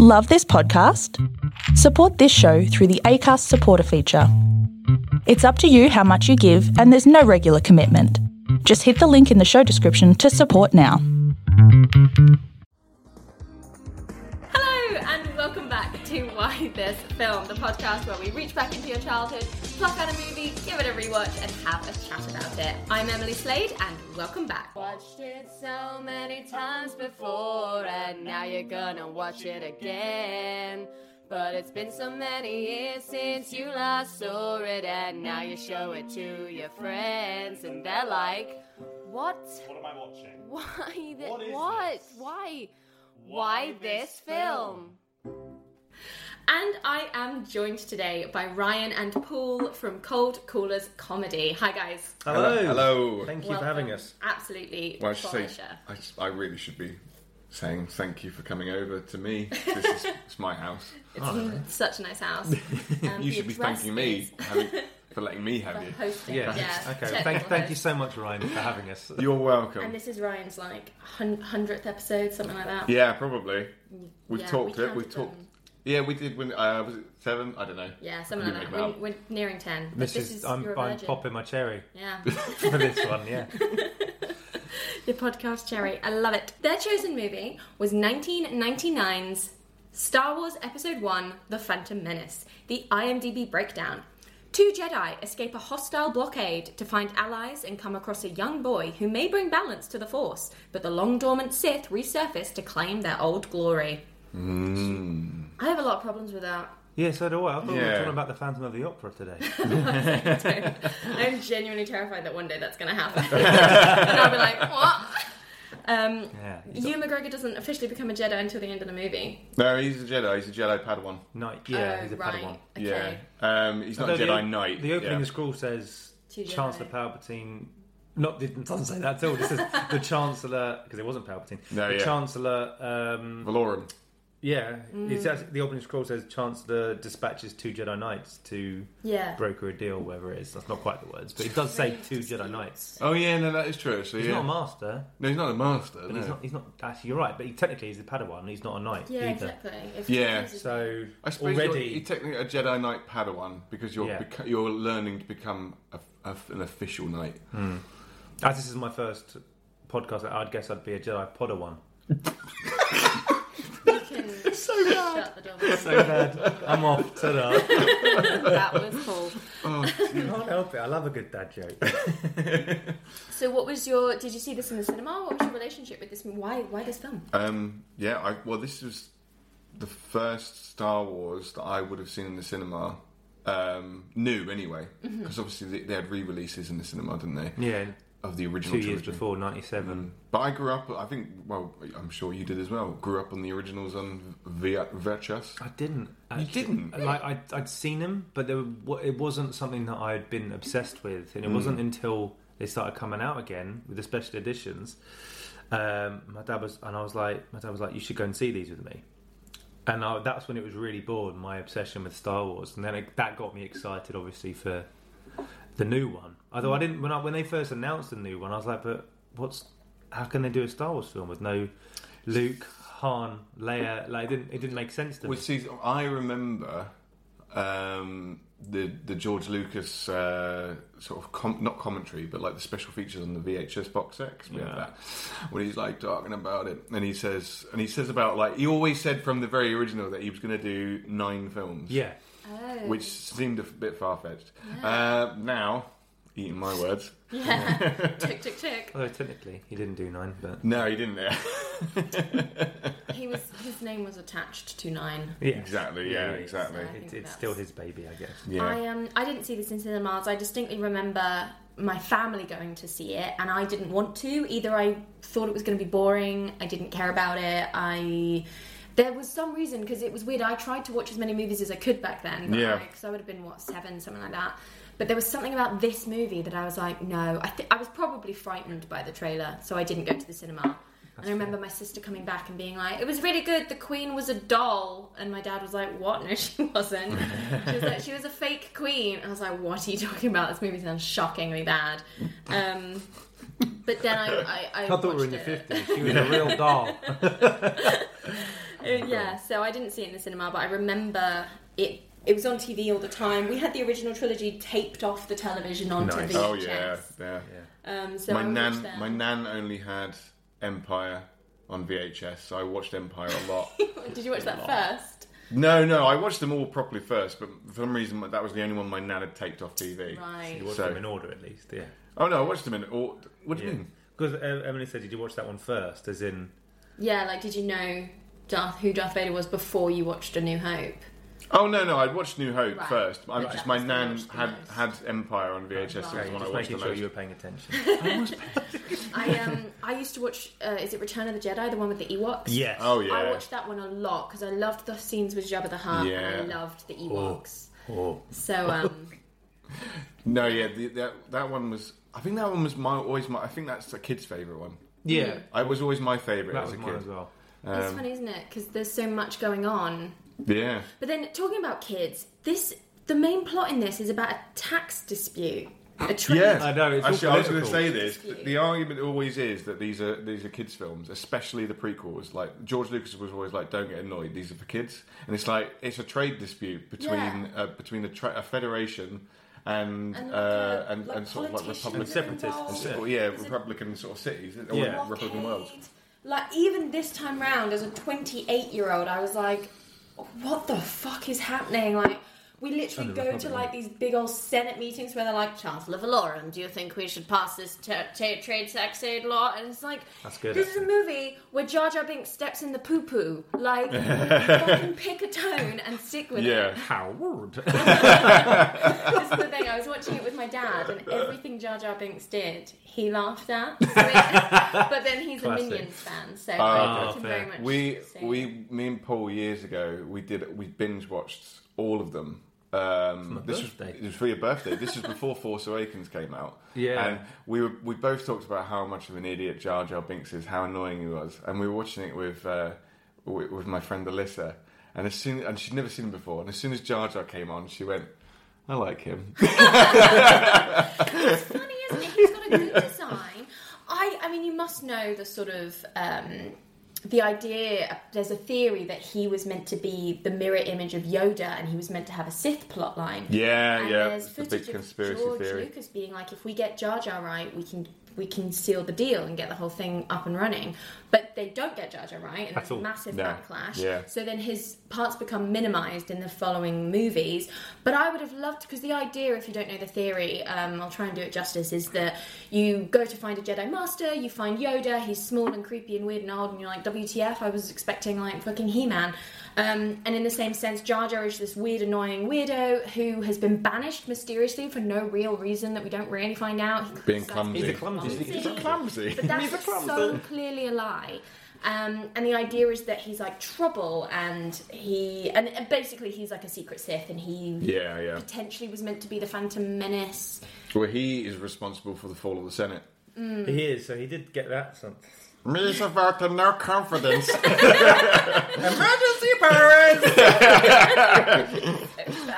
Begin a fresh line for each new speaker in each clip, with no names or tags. Love this podcast? Support this show through the ACAST supporter feature. It's up to you how much you give, and there's no regular commitment. Just hit the link in the show description to support now.
Hello, and welcome back to Why This Film, the podcast where we reach back into your childhood, pluck out a movie, give it a rewatch, and have a chat about it. I'm Emily Slade, and welcome back.
Watched it so many times before, and now you're gonna watch it again. But it's been so many years since you last saw it, and now you show it to your friends, and they're like, "What?
What am I watching?
Why? Th-
What is
what?
this?
Why?
Why
Why
this
this film?"
And I am joined today by Ryan and Paul from Cold Callers Comedy. Hi, guys.
Hello.
Hello.
Thank you
Welcome.
for having us.
Absolutely.
Well, I should say,
pleasure.
I, s- I really should be saying thank you for coming over to me. This is it's my house.
Oh,
It's such a nice house. Um, the
You should be
address
thanking me
is-
having, for letting me have you.
Hosting.
Yeah. Okay. Thank,
technical
thank you
host.
so much, Ryan, for having us.
You're
And
welcome.
this is Ryan's like hun- 100th episode, something like that.
Yeah, probably. We've
Yeah,
talked
we
it. We've
counted
talked.
them.
Yeah, we did when uh, was it seven? I don't know.
Yeah, something
You
like that.
make it
We're,
up.
we're nearing 10. But
this, is,
you're
I'm,
a
I'm
virgin.
popping my cherry
Yeah.
for this one. Yeah.
the podcast cherry. I love it. Their chosen movie was 1999's Star Wars Episode 1 The Phantom Menace, the IMDb breakdown. Two Jedi escape a hostile blockade to find allies and come across a young boy who may bring balance to the Force, but the long dormant Sith resurface to claim their old glory. I have a lot of problems with that.
Yeah. So do I. I thought we were
Yeah.
talking about the Phantom of the Opera today.
I'm genuinely terrified that one day that's going to happen. and I'll be like, what? Um,
Yeah.
Ewan McGregor doesn't officially become a Jedi until the end of the movie.
No, he's a Jedi. He's a Jedi Padawan.
Night. Yeah.
Oh,
he's a
right.
Padawan.
Okay.
Yeah. Um, he's not a
Although the
Jedi
o-
Knight.
The opening
yeah.
of scroll says
Two Jedi.
Chancellor Palpatine. Not didn't doesn't say that at all. This is the Chancellor because it wasn't Palpatine.
No,
the
yeah.
Chancellor. Um,
Valorum.
yeah, it's actually, the opening scroll says Chancellor dispatches two Jedi Knights to
Yeah.
broker a deal, whatever it is. That's not quite the words, but it does say two Jedi Knights.
Oh yeah, no, that is true. Actually,
He's
yeah.
not a master,
no, he's not a master.
but
no.
he's not. He's not. Actually, you're right. But he, technically, he's a Padawan. He's not a knight
Yeah,
either.
exactly. If-
Yeah.
if-
So
I suppose you're, you're
already,
technically a Jedi Knight Padawan because you're
Yeah.
beco- you're learning to become a, a, an official knight.
Hmm. as this is my first podcast, I'd guess I'd be a Jedi Padawan.
you can shut the door.
So bad. I'm off. Ta-da.
that was cool.
Can't help it. I love a good dad joke.
So, what was your? Did you see this in the cinema? What was your relationship with this? Why? Why this film?
Um, yeah, I, well, this was the first Star Wars that I would have seen in the cinema. Um, new, anyway, because obviously they, they had re-releases in the cinema, didn't they?
Yeah,
Of the original
two years
trilogy.
before '97.
But I grew up. I think. Well, I'm sure you did as well. Grew up on the originals on v- VHS.
I didn't. actually.
didn't?
Like I, I'd seen them, but there, were, it wasn't something that I had been obsessed with, and it wasn't until they started coming out again with the special editions. Um, my dad was, and I was like, my dad was like, you should go and see these with me. And I, that's when it was really born my obsession with Star Wars, and then it, that got me excited, obviously, for the new one. Although I didn't when I, when they first announced the new one, I was like, but what's how can they do a Star Wars film with no Luke, Han, Leia? Like, it didn't it didn't make sense to me.
Well, see, I remember um, the the George Lucas uh, sort of com- not commentary, but like the special features on the VHS box set. 'cause we have
Yeah.
that when he's like talking about it, and he says, and he says about like he always said from the very original that he was going to do nine films,
Yeah.
Oh,
which seemed a bit far fetched. Uh, now, eating my words,
tick tick tick.
Although technically he didn't do nine, but
no, he didn't. Yeah,
He was. His name was attached to nine.
yeah,
exactly. Yeah, exactly.
I think
It, it's
that's-
still his baby, I guess.
Yeah.
I um I didn't see this in cinemas. I distinctly remember my family going to see it, and I didn't want to either. I thought it was going to be boring. I didn't care about it. I there was some reason because it was weird. I tried to watch as many movies as I could back then.
Yeah.
Because I would have been what seven, something like that. But there was something about this movie that I was like, no. I think I was probably frightened by the trailer, so I didn't go to the cinema. And I remember my sister coming back and being like, "It was really good. The Queen was a doll," and my dad was like, "What? No, she wasn't. she was like, she was a fake Queen." I was like, "What are you talking about? This movie sounds shockingly bad." Um, but then I, I, I,
I thought we were in
watched
the
it.
fifties. She was a real doll.
Uh, yeah, so I didn't see it in the cinema, but I remember it. It was on TV all the time. We had the original trilogy taped off the television onto
Nice.
VHS.
Oh yeah, yeah.
Um, so
My
I watched
nan,
them.
my nan only had Empire on VHS, so I watched Empire a lot.
Did you watch that first?
no, no, I watched them all properly first, but for some reason that was the only one my nan had taped off TV.
Right.
You watched
So- Hmm.
them in order at least, yeah.
Oh no, I watched them in. All, what do you
Yeah.
mean?
Because Emily said, did you watch that one first? As in,
Yeah, like did you know Darth, who Darth Vader was before you watched A New Hope?
Oh no, no, I'd watched New Hope
Right.
first. I
Right.
just my
That's
nan
the
had
most.
had Empire on VHS. It was
just
the one I watched the
making sure
most.
you were paying attention.
I um I used to watch. Uh, is it Return of the Jedi, the one with the Ewoks?
yes.
Oh yeah.
I watched that one a lot because I loved the scenes with Jabba the Hutt and I
Yeah.
loved the Ewoks.
Oh.
So um,
No, yeah, the, that that one was. I think that one was my always my. I think that's a kid's favorite one.
Yeah.
I was always my favorite
That
as
was
a
mine
kid. Um,
as well.
it's funny, isn't it? Because there's so much going on.
Yeah,
But then talking about kids, this the main plot in this is about a tax dispute. A trade.
yeah.
I know, it's all
Actually, I was going
political.
to say this. The, the argument always is that these are these are kids' films, especially the prequels. Like George Lucas was always like, "Don't get annoyed. These are for kids." And it's like it's a trade dispute between
Yeah.
uh, between a, tra- a federation and
And,
and,
like,
uh,
uh,
and,
like
and sort of like
politicians
Republican
are involved.
separatists. Yeah.
Well, yeah,
Is it-
Republican sort of cities, or
Yeah.
Republican worlds.
Like even this time round, as a 28 year old, I was like, "What the fuck is happening?" Like we literally
And
go
the
to
Republican.
like these big old Senate meetings where they're like, "Chancellor Valorum, do you think we should pass this ta- ta- trade tax aid law?" And it's like,
That's good,
This is a
actually.
movie where Jar Jar Binks steps in the poo poo. Like, you fucking pick a tone and stick with it.
Yeah,
Howard.
This is the thing. I was watching it with my dad, and everything Jar Jar Binks did, he laughed at. So it- but then he's
Classic.
a Minions fan, so I
okay.
can very
Fair.
much.
we
say that.
we me and Paul years ago we did we binge watched all of them. Um, this was,
birthday.
it was for your birthday. This was before Force Awakens came out.
Yeah.
and we were we both talked about how much of an idiot Jar Jar Binks is, how annoying he was, and we were watching it with uh, with, with my friend Alyssa, and as soon and she'd never seen him before, and as soon as Jar Jar came on, she went, "I like him."
funny, isn't it? He's got a good design. I, I mean, you must know the sort of um, the idea. There's a theory that he was meant to be the mirror image of Yoda, and he was meant to have a Sith plotline.
yeah,
And
yeah,
there's
it's a
footage
big
of
conspiracy
George
theory.
Lucas being like, if we get Jar Jar right, we can we can seal the deal and get the whole thing up and running. But they don't get Jar Jar right, and
At
there's a
all.
massive
No.
backlash.
Yeah.
So then his parts become minimized in the following movies. But I would have loved because the idea, if you don't know the theory, um, I'll try and do it justice, is that you go to find a Jedi Master, you find Yoda, he's small and creepy and weird and old, and you're like, WTF? I was expecting like fucking He Man. Um, and in the same sense, Jar Jar is this weird, annoying weirdo who has been banished mysteriously for no real reason that we don't really find out. He
Being
criticizes
clumsy.
He's a clumsy.
He's a clumsy.
but that's so clearly a lie. Um, and the idea is that he's like trouble, and he and and basically he's like a secret Sith, and he
Yeah, yeah.
potentially was meant to be the Phantom Menace.
Well, he is responsible for the fall of the Senate.
he is, so he did get that. Some...
Me is about to no confidence.
Emergency powers!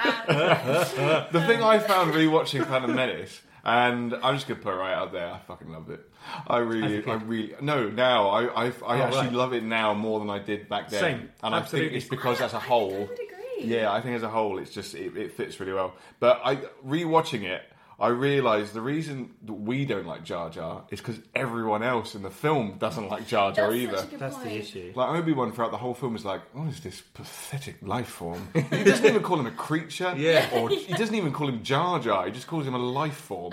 the thing I found rewatching Phantom Menace, and I'm just gonna put it right out there. I fucking loved it. I really, I really, no. Now I, I, I actually
Oh, right.
love it now more than I did back then.
Same.
and I
Absolutely.
think it's because as a whole,
I would agree.
yeah, I think as a whole, it's just it, it fits really well. But I rewatching it, I realised the reason that we don't like Jar Jar is because everyone else in the film doesn't like Jar Jar
That's
either.
such a good
That's
point.
the issue.
Like Obi Wan throughout the whole film is like, what is this pathetic life form? He doesn't even call him a creature.
Yeah.
Or he doesn't even call him Jar Jar. He just calls him a life form,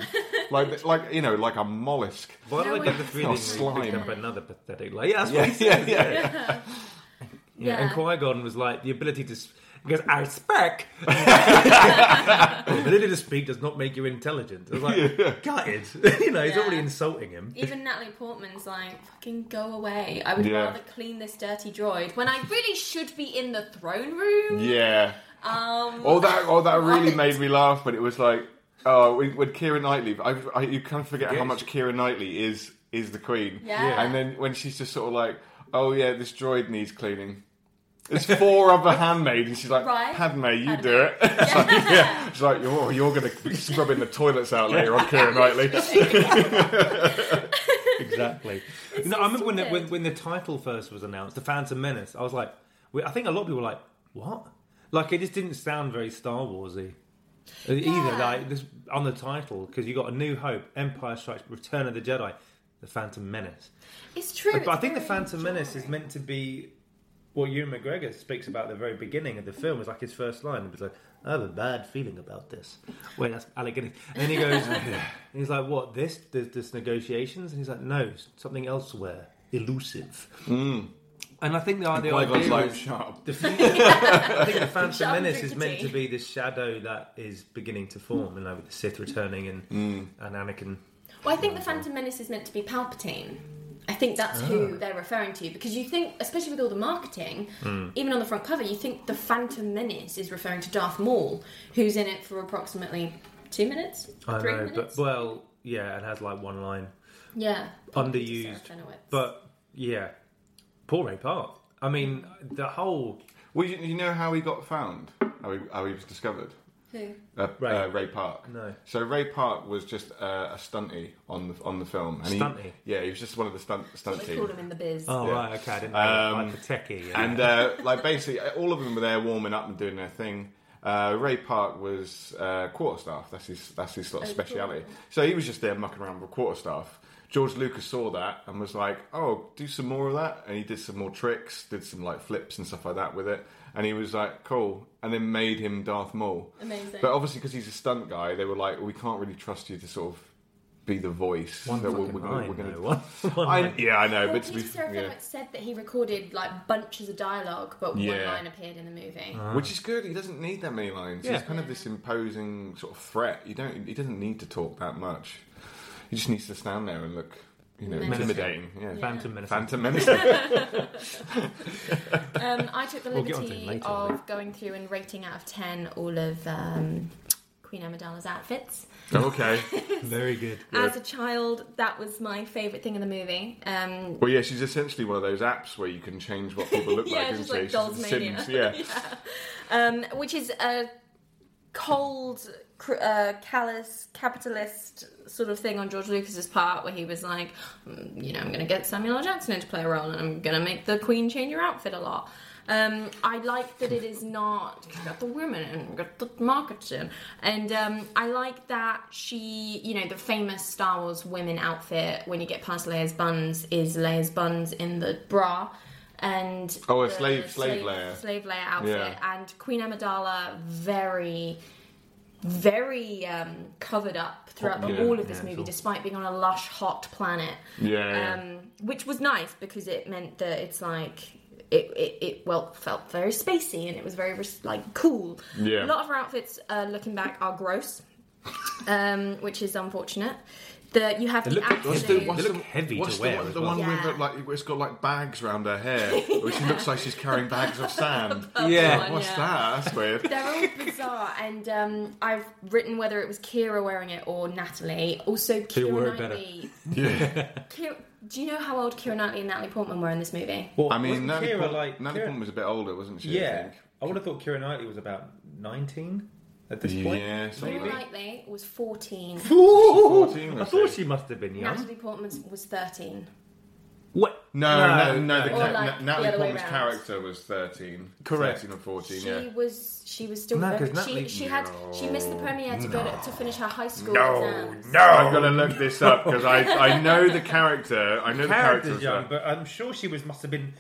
like like you know, like a mollusk.
Why
No
do I get the
way.
feeling
Oh,
we picked
slime.
up another pathetic? Like, yeah, that's what
Yeah,
he said.
yeah, yeah.
Yeah. And
Yeah.
Qui Gon was like the ability to. s he goes, I speak. the ability to speak does not make you intelligent. It was like, gutted. you know, he's
Yeah.
already insulting him.
Even Natalie Portman's like, fucking go away. I would
Yeah.
rather clean this dirty droid when I really should be in the throne room.
yeah.
Um,
All that, all that really
What?
made me laugh. But it was like, oh, when, when Kira Knightley, I, I, you kind of forget how
Yes.
much Kira Knightley is is the queen.
Yeah.
And then when she's just sort of like, oh yeah, this droid needs cleaning. There's four other handmaids, and she's like,
Right.
Padme, you do it. It's like, yeah. She's like, oh, you're going to be scrubbing the toilets out later on, Kira Knightley.
exactly. no, I remember when the, when,
stupid.
when the title first was announced, The Phantom Menace, I was like, we, I think a lot of people were like, what? Like, it just didn't sound very Star Warsy. Uh, Either
Yeah.
like this on the title because you got a New Hope, Empire Strikes, Return of the Jedi, the Phantom Menace.
It's true.
But, but I
it's
think the
very
Phantom Menace is
jarring.
meant to be what Ewan McGregor speaks about at the very beginning of the film. Is like his first line. He's like, "I have a bad feeling about this." Wait, that's Alec Guinness. And then he goes, and he's like, "What? This? There's this negotiations?" And he's like, "No, something elsewhere, elusive." And I think the, the
Qui-Gon's
idea
like,
is-
shut up.
the I think the Phantom
Shut up and
Menace
drink
is
the
meant
tea. Hmm.
to be the shadow that is beginning to form, and like with the Sith returning and and Anakin.
Well, I think the Phantom Menace is meant to be Palpatine. I think that's
Ah.
who they're referring to because you think, especially with all the marketing,
Hmm.
even on the front cover, you think the Phantom Menace is referring to Darth Maul, who's in it for approximately two minutes,
I
three
know,
minutes.
but well, yeah, and has like one line.
yeah,
underused.
Sarah Chenoweth.
But yeah, Paul Ray Park. I mean, the whole
Well, you, you know how he got found? How he, how he was discovered?
who?
Uh,
Ray.
Ray. Uh, Ray Park.
No.
So Ray Park was just uh, a stunty on the on the film. And he-
Stunty?
yeah, he was just one of the stunt stunt
What they
team.
call him in the biz.
oh
Yeah.
right, okay, I didn't know
Um,
like the techie. Yeah.
And uh, like basically, all of them were there warming up and doing their thing. Uh, Ray Park was uh, quarterstaff. That's his. That's his sort of
Oh,
speciality.
cool.
So he was just there mucking around with quarterstaff. George Lucas saw that and was like, "Oh, do some more of that." And he did some more tricks, did some like flips and stuff like that with it. And he was like, "Cool." And then made him Darth Maul.
Amazing.
But obviously, because he's a stunt guy, they were like, "We can't really trust you to sort of be the voice
one
that we're,
fucking
we're gonna-
line,
we're
though.
going
One-
to."
one
I,
line.
yeah, I know,
Well,
but to be
Peter Sarah
yeah.
Chenoweth said that he recorded like bunches of dialogue, but one
Yeah.
line appeared in the movie.
Which is good. He doesn't need that many lines.
Uh-huh. Yeah.
He's kind of this imposing sort of threat. You don't. He doesn't need to talk that much. He just needs to stand there and look, you know,
Menacing.
intimidating. Yeah.
Phantom Menace.
Phantom Menace.
Um, I took the
We'll get onto
liberty
him later, I
of going through and rating out of 10 all of um, Queen Amidala's outfits.
okay.
Very good.
As a child, that was my favourite thing in the movie. Um,
Well, yeah, she's essentially one of those apps where you can change what people look
Yeah,
like.
just
isn't
like
she? She's the
Dolls-mania.
Sims. Yeah.
um, which is a cold, cr- uh, callous, capitalist sort of thing on George Lucas's part, where he was like, "Mm, you know, I'm going to get Samuel L. Jackson in to play a role, and I'm going to make the Queen change her outfit a lot. Um, I like that it is not you got the women and you got the marketing, and um, I like that she, you know, the famous Star Wars women outfit when you get past Leia's buns is Leia's buns in the bra, and
Oh, a
the
slave- slave Leia.
slave Leia outfit,
Yeah.
and Queen Amidala very, very um, covered up throughout the,
Yeah,
all of this
yeah,
movie,
sure.
despite being on a lush, hot planet.
Yeah, yeah.
Um, which was nice because it meant that it's like it, it, it well felt very spacey and it was very res- like cool.
Yeah.
A lot of her outfits, uh, looking back, are gross, um, which is unfortunate. The, you have the,
look-
What's
absolute.
the,
They
what's
look
the-
heavy
what's
to
the
wear
one-
as
The
well.
one with
Yeah.
the, like it's got like bags around her hair, or she looks like she's carrying bags of sand.
Yeah.
What's
yeah.
that? That's weird.
They're all bizarre, and um, I've written whether it was Kira wearing it or Natalie. Also, Kira
wore it
Knightley.
yeah.
Kira, do you know how old Kira Knightley and Natalie Portman were in this movie?
Well,
I mean,
wasn't
Natalie,
Keira,
Port-
like
Natalie
Keira-
Portman was a bit older, wasn't she? I
yeah,
think?
I would have thought Kira Knightley was about nineteen at this point.
Yeah, something
Kira
like
Knightley was 14.
Ooh,
14,
I
was
thought
she?
she must have been young.
Natalie Portman was 13.
What?
No, no, no. the,
Or
na-
like
na-
the
Natalie
other way round.
Portman's character was thirteen.
Correct.
Thirteen or fourteen.
She
yeah.
was she was still
No, 'cause
very,
Natalie-
she, she had she missed the premiere to go to, to finish her high school exams.
I'm gonna look this up because I, I know the character. I know the character.
character's young, but I'm sure she was must have been.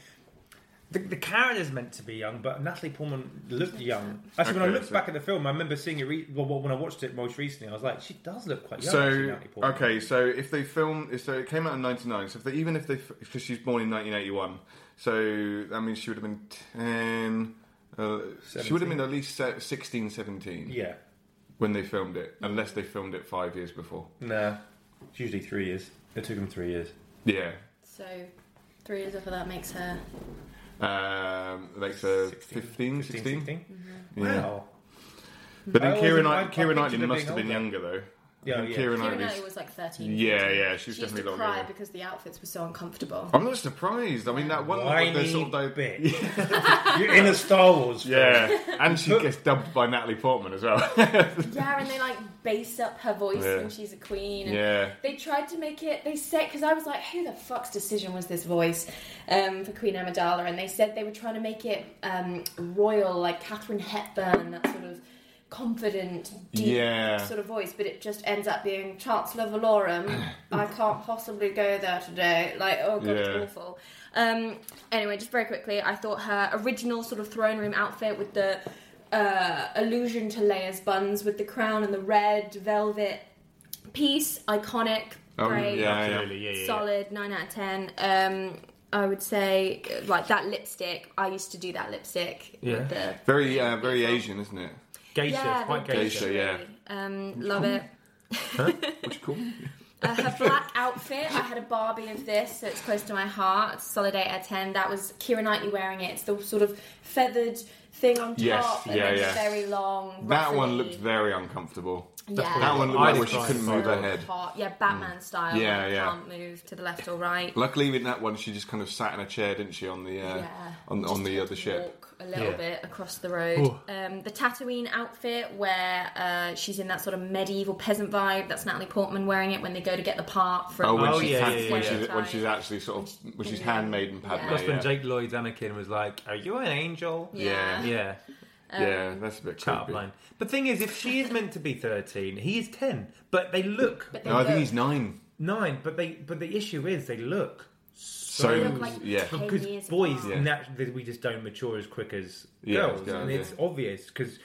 The, the character's meant to be young, but Natalie Portman looked young. Actually, when I
Okay,
looked
so-
back at the film, I remember seeing it. Re- well, well, when I watched it most recently, I was like, she does look quite young. actually,
so
Natalie Portman.
okay, so if they film, so it came out in '99. So if they, even if they, because she's born in 1981, so that means she would have been ten. Uh, she would have been at least se- 16, 17
yeah,
when they filmed it, unless they filmed it five years before.
nah, it's usually three years. It took them three years.
Yeah,
So three years after that makes her
um, like so
16,
15, 16?
16?
Yeah.
Wow.
But
I
then
always-
Kieran
I- I
Knight, Kieran
pictured
Knightley
her
must
being
have been
older.
younger though.
Yeah,
think
yeah.
Kieran
Kira
Knightley.
Knightley was like 13.
Yeah, yeah, she was
She used to
definitely
cry
longer.
because the outfits were so uncomfortable.
I'm not surprised. I mean, that one
Whiny
the sort of like-
bitch. You're in a Star Wars film.
Yeah, and she gets dubbed by Natalie Portman as well.
Yeah, and they like bass up her voice
Yeah.
when she's a queen. And
yeah,
They tried to make it. They said because I was like, "Who the fuck's decision was this voice um, for Queen Amidala?" And they said they were trying to make it um, royal, like Catherine Hepburn, that sort of confident, deep
Yeah.
sort of voice. But it just ends up being Chancellor Valorum. I can't possibly go there today. Like, oh god,
Yeah.
it's awful. Um, anyway, just very quickly, I thought her original sort of throne room outfit with the uh, allusion to Leia's buns with the crown and the red velvet piece, iconic,
Oh,
great,
yeah.
Absolutely, yeah, yeah, yeah.
solid, nine out of ten. Um, I would say uh, like that lipstick. I used to do that lipstick.
Yeah.
with the-
very, uh, very Asian, isn't it?
Geisha,
yeah,
quite
very
geisha.
geisha. yeah.
Um, love it.
What do you call me?
Uh, her black outfit, I had a Barbie of this, so it's close to my heart. Solid 8 out of 10. That was Kira Knightley wearing it. It's the sort of feathered thing on top
Yes,
and
yeah,
then
yeah.
very long.
That one
ruffly.
looked very uncomfortable.
Yeah.
That one looked
I
like where she
tried.
couldn't move her head. Mm.
Hot. Yeah, Batman style.
Yeah,
where you
yeah.
Can't move to the left or right.
Luckily, with that one, she just kind of sat in a chair, didn't she, on the uh,
yeah.
on,
Just
on the
had
other
to
ship?
Walk a little
Yeah.
bit across the road. Um, the Tatooine outfit, where uh, she's in that sort of medieval peasant vibe. That's Natalie Portman wearing it when they go to get the part from.
Oh, when,
Oh,
she's,
yeah,
hand-
yeah,
when,
yeah,
she's,
yeah.
when she's actually sort of when she's handmade and Padme.
Yeah.
That's when
Yeah,
Jake Lloyd's Anakin was like, "Are you an angel?"
Yeah.
Yeah,
Yeah, that's a bit
cut up
creepy.
line. The thing is, if she is meant to be thirteen, he is ten, but they look
But they
No, I think
look-
he's nine.
nine. But they, but the issue is, they look
So
They
look like
yeah,
ten years
because boys
apart.
Yeah.
naturally we just don't mature as quick as
Yeah,
girls,
as girls,
and
yeah.
it's obvious because.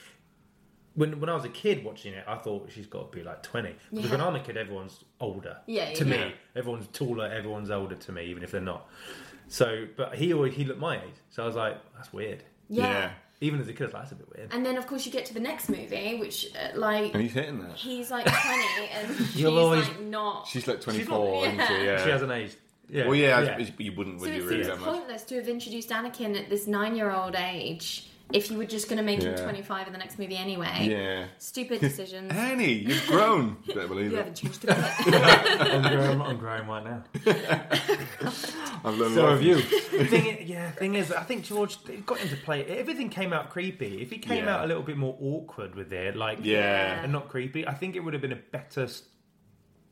When, when I was a kid watching it, I thought she's got to be like 20. Because
Yeah.
when I'm a kid, everyone's older
Yeah, yeah,
to me.
yeah.
Everyone's taller, everyone's older to me, even if they're not. So, but he always, he looked my age. So I was like, that's weird.
yeah.
yeah,
Even as a kid, I was like, that's a bit weird.
And then, of course, you get to the next movie, which, uh, like,
and he's hitting that.
he's like 20 and she's
You'll always-
like not.
She's like twenty-four, isn't she?
yeah.
Yeah.
She hasn't aged. Yeah.
well, yeah, it's- you wouldn't, would
so
you?
it
Really
seems
that much?
pointless to have introduced Anakin at this nine year old age if you were just going to make him
Yeah.
25 in the next movie anyway.
Yeah.
Stupid decisions.
Annie, you've grown. Don't believe
You
it.
haven't changed a bit.
I'm growing, I'm growing right now.
I've learned.
So
a lot
have you. thing is, yeah, thing is, I think George it got into play. Everything came out creepy. If he came
Yeah.
out a little bit more awkward with it, like
Yeah.
and not creepy, I think it would have been a better. s-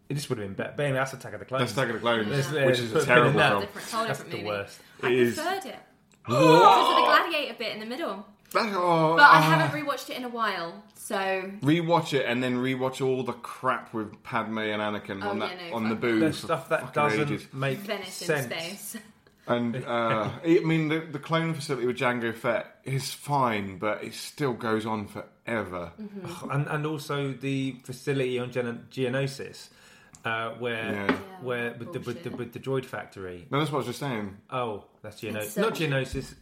It just would have been better. But anyway, that's Attack of the Clones.
That's Attack of the Clones,
Let's-
which
let's
is
put
a
a pin in
terrible
that.
film.
different, whole
That's
different
the
movie.
worst.
I
It is.
preferred it. Because of the gladiator bit in the middle.
That- oh,
But I
ah.
haven't rewatched it in a while, so
Rewatch it and then rewatch all the crap with Padme and Anakin
Oh,
on
yeah,
that
no,
on the
fuck.
booze.
There's stuff that doesn't make
Venice
sense.
in space.
And uh, I mean, the, the clone facility with Django Fett is fine, but it still goes on forever.
Mm-hmm.
and and also the facility on Gen- Geonosis, uh, where
Yeah. Yeah,
where with the, with the with the droid factory.
No, that's what I was just saying.
Oh, that's Geonosis.
It's so-
Not Geonosis.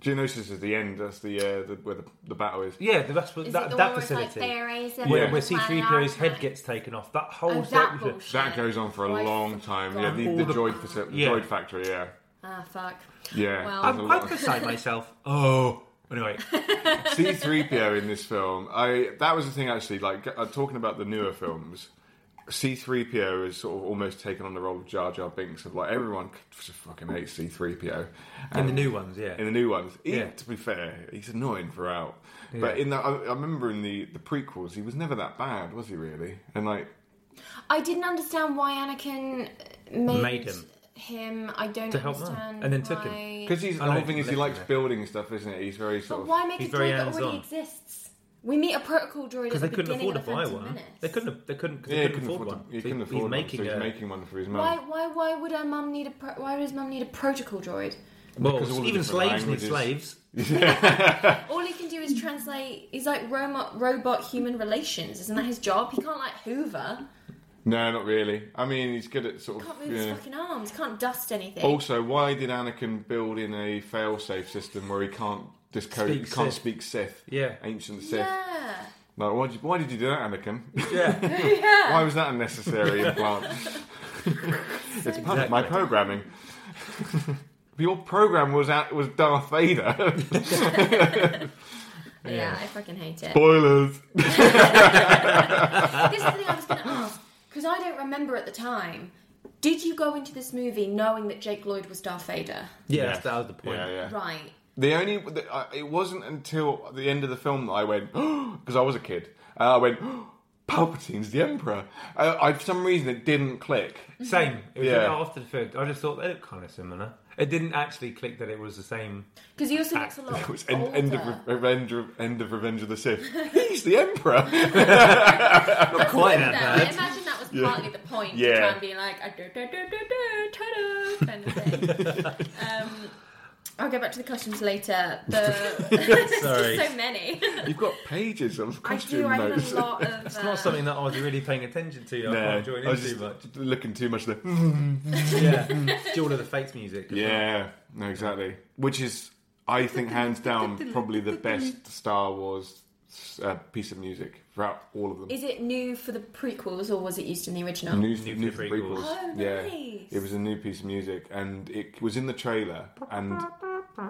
Geonosis is the end. That's the, uh, the where the, the battle is.
Yeah, the- that's what
Is it
that,
the
that
one where it's
facility.
like theories and
where,
Yeah.
where C3PO's head gets taken off. That whole
Oh, that
section-
bullshit.
That goes on for a
Right,
long time. Yeah,
forgot.
the, the droid facility, the
Yeah.
droid factory. Yeah,
Ah, fuck.
yeah.
Well-
there's a
I'm
lot
quite
of-
beside myself. Oh, anyway,
C3PO in this film. I that was the thing actually. Like uh, talking about the newer films, C3PO has sort of almost taken on the role of Jar Jar Binks. Of like everyone just fucking hates C3PO.
in
And
the new ones, yeah.
in the new ones, he,
Yeah.
to be fair, he's annoying throughout. But in the, I, I remember in the the prequels, he was never that bad, was he? Really? And like,
I didn't understand why Anakin made,
Made him.
him. I don't
To help him,
understand
and then took him.
why-
because he's
I
the whole
know,
thing is he
left
likes
him there.
building stuff, isn't it? He's very sort
But
of.
why make a
He's
droid
very
that already
hands-on.
exists? We meet a protocol droid at
Because they
the
couldn't
beginning
afford to
of the
buy
Phantom
one.
Menace.
They couldn't. They couldn't. 'cause
Yeah,
they
he
couldn't afford,
to-
one.
He
So
couldn't
he's
afford one,
making
so he's
a-
making one for his mum.
Why? Why? Why would her mum need a? Pro- why does mum need a protocol droid?
because all
well,
the
even
different
slaves need
languages.
slaves.
All he can do is translate. He's like robot, robot human relations. Isn't that his job? He can't like Hoover.
No, not really. I mean, he's good at sort
Can't
of.
move
you
his
know.
fucking arms. Can't dust anything.
Also, why did Anakin build in a fail-safe system where he can't discode,
Speak
he can't
Sith.
speak Sith?
Yeah.
ancient Sith.
yeah.
Like, why did, you, why did you do that, Anakin?
Yeah,
why was that a necessary implant? it's part of my
Exactly.
programming. Your program was out was Darth Vader.
Yeah, I fucking hate it.
Spoilers.
this is the thing I was going to ask because I don't remember at the time. Did you go into this movie knowing that Jake Lloyd was Darth Vader?
Yeah, that's that was the point.
Yeah, yeah.
Right.
The only the, I it wasn't until the end of the film that I went because I was a kid. Uh, I went Palpatine's the Emperor. I, I for some reason it didn't click.
Same. It was
Yeah.
like, oh, after the third. I just thought they looked kind of similar. It didn't actually click that it was the same.
Because he also looks a lot
It was
older.
end, end of Re- Revenge of End of Revenge of the Sith. He's the Emperor.
Not quite that
That- I
bad.
imagine that was partly the point.
Yeah.
To try and be like, a do, do, do, do, do, ta-da, kind of thing. um, I'll go back to the costumes later. The, there's
Sorry.
just so many.
You've got pages of
I do.
costume
I have
notes.
a lot of. uh,
It's not something that I was really paying attention to. I
Yeah,
can't join
I
in
was
too
just
much.
looking too much. There.
Yeah, Jordan the Fates music. as well.
Yeah, no, exactly. Which is, I think, hands down, probably the best Star Wars uh, piece of music throughout all of them.
Is it new for the prequels or was it used in the original?
New,
New
new, new
for the
prequels.
prequels.
Oh,
yeah,
nice.
it was a new piece of music, and it was in the trailer, and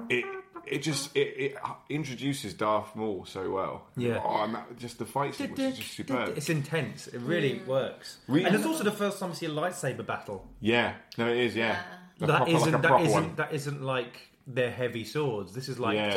it it just it, it introduces Darth Maul so well.
Yeah.
oh, and that, just the fight sequence is just superb.
It's intense. It really works.
We-
and it's also the first time we see a lightsaber battle.
Yeah, no, it is. Yeah, A
That
proper-
isn't.
like a
that
proper
isn't.
one.
That isn't like their heavy swords. This is like.
Yeah.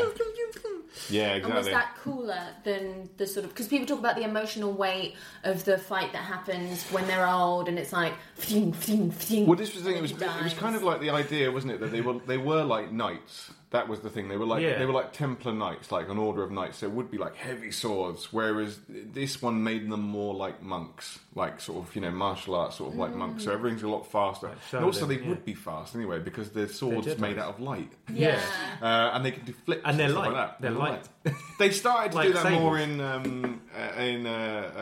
Yeah,
And was
exactly.
that cooler than the sort of because people talk about the emotional weight of the fight that happens when they're old and it's like fling, fling, fling,
Well, this was the thing. It was,
and
it
then
was
dies.
kind of like the idea, wasn't it, that they were they were like knights. That was the thing. They were like
Yeah.
they were like Templar knights, like an order of knights. So it would be like heavy swords. Whereas this one made them more like monks, like sort of you know martial arts, sort of like monks. So everything's a lot faster. and also, they
Shaolin, yeah.
would be fast anyway because their swords
Jedi's.
made out of light,
yeah.
uh, and they can do flips
And they're
stuff
light.
Like that.
They're light.
They started to do
Like
that
sabers.
more in um, uh, in uh, uh,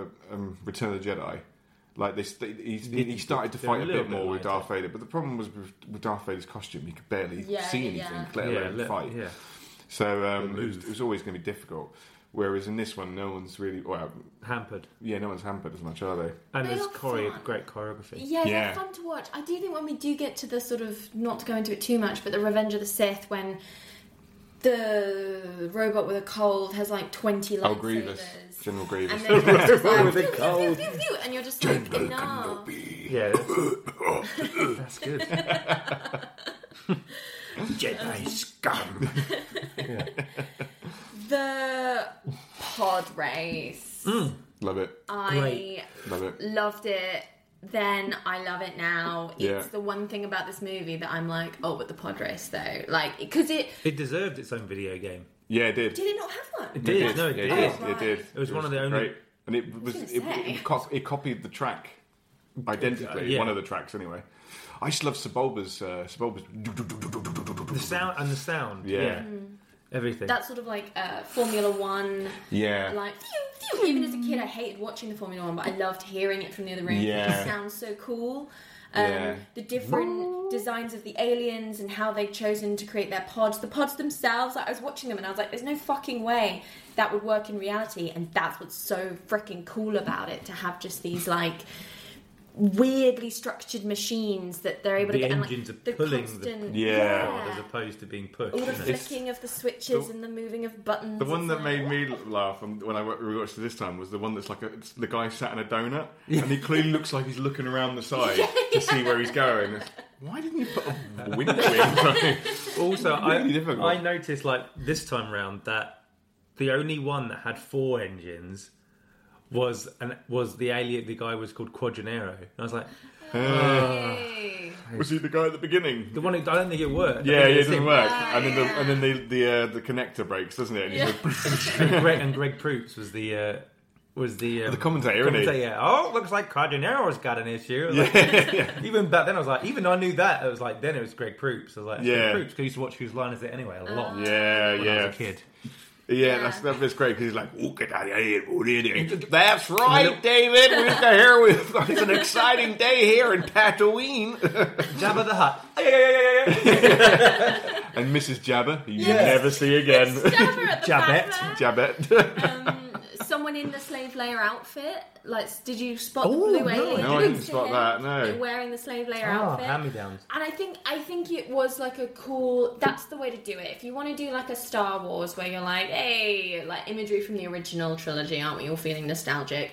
uh, um, Return of the Jedi. Like they, st- he, he he started to
They're
fight
a
a
little
bit
bit
more with
lighter.
Darth Vader, but the problem was with, with Darth Vader's costume; he could barely
Yeah,
see
yeah,
anything,
yeah.
let
Yeah,
alone
let-
fight.
yeah.
So um, it, was, it was always going to be difficult. Whereas in this one, no one's really well,
Hampered.
yeah, no one's hampered as much, are they?
And
They
there's
look
choreo-
fun.
great choreography.
Yeah,
Yeah.
they're fun to watch. I do think when we do get to the sort of not to go into it too much, but the Revenge of the Sith when the robot with a cold has like twenty
Oh,
lightsabers.
Grievous, General
And
Grievous.
then it's just like,
With a
phew, phew,
cold.
phew, phew, phew, and you're just like, enough.
Yeah, that's, that's good.
Um,
Jedi scum.
The pod race.
Love it,
I
Great.
love it.
loved it then I love it now. It's
Yeah.
the one thing about this movie that I'm like, oh, but the pod race though, like, because it
It deserved its own video game.
Yeah, it did.
did it not have one?
It did. No, it
Yeah,
did.
It,
Oh, right.
did.
It was one of the only-
Great. And it was
gonna
it,
say.
it, cos- it copied the track identically.
Yeah.
One of the tracks, anyway. I just love Sebulba's. Uh,
The
Sebulba's.
sound and the sound. Yeah.
Yeah.
Mm-hmm.
Everything.
That sort of like uh, Formula One,
Yeah.
like phew, phew. even as a kid, I hated watching the Formula One, but I loved hearing it from the other room.
Yeah.
It sounds so cool. Um,
Yeah.
The different designs of the aliens and how they've chosen to create their pods. The pods themselves, like, I was watching them and I was like, there's no fucking way that would work in reality. And that's what's so freaking cool about it to have just these like weirdly structured machines that they're able
The
to get.
engines are
and, like, the
pulling the-
constant,
Yeah.
Oh, as opposed to being pushed.
all the
you know.
flicking of the switches
the-
and the moving of buttons.
The one
it's
that
like,
made me laugh and when I wa- rewatched it this time was the one that's like a, it's the guy sat in a donut and he clearly looks like he's looking around the side to see where he's going. It's- Why didn't you put a window in?
Also,
Really
I,
difficult.
I noticed like this time round that the only one that had four engines was an was the alien. The guy was called Quadrenero. And I was like,
Hey.
was he the guy at the beginning?
the one. who- I don't think it worked.
Yeah, yeah, it
it's
doesn't
him.
work. And then the, and then the the, uh, the connector breaks, doesn't it? And you go,
Greg and Greg Proops was the. Uh, was the um,
Oh, The commentator, isn't he?
yeah. Oh, looks like Cardinero's got an issue. Like, Even back then, I was like, even I knew that. It was like then it was Greg Proops. I was like, it's
Yeah.
Greg Proops. 'cause I used to watch Whose Line Is It Anyway a lot.
yeah,
when I
yeah,
was a kid.
yeah. That's that bit's great because he's like, "Look at that idiot, what idiot." That's right, David. We're here with. It's an exciting day here in Tatooine.
Jabba the Hutt.
and Mrs. Jabba, who you never see again.
Jabba at the
Jabba.
back there.
Jabba.
Someone anyone in the slave layer outfit? Like, did you spot the
Oh,
blue
no,
alien?
no,
I
next
didn't
to
spot
him
that, no.
Wearing the slave layer
Ah,
outfit.
hand me downs.
And I think I think it was like a cool. That's the way to do it. If you want to do like a Star Wars, where you're like, hey, like imagery from the original trilogy, aren't we all feeling nostalgic?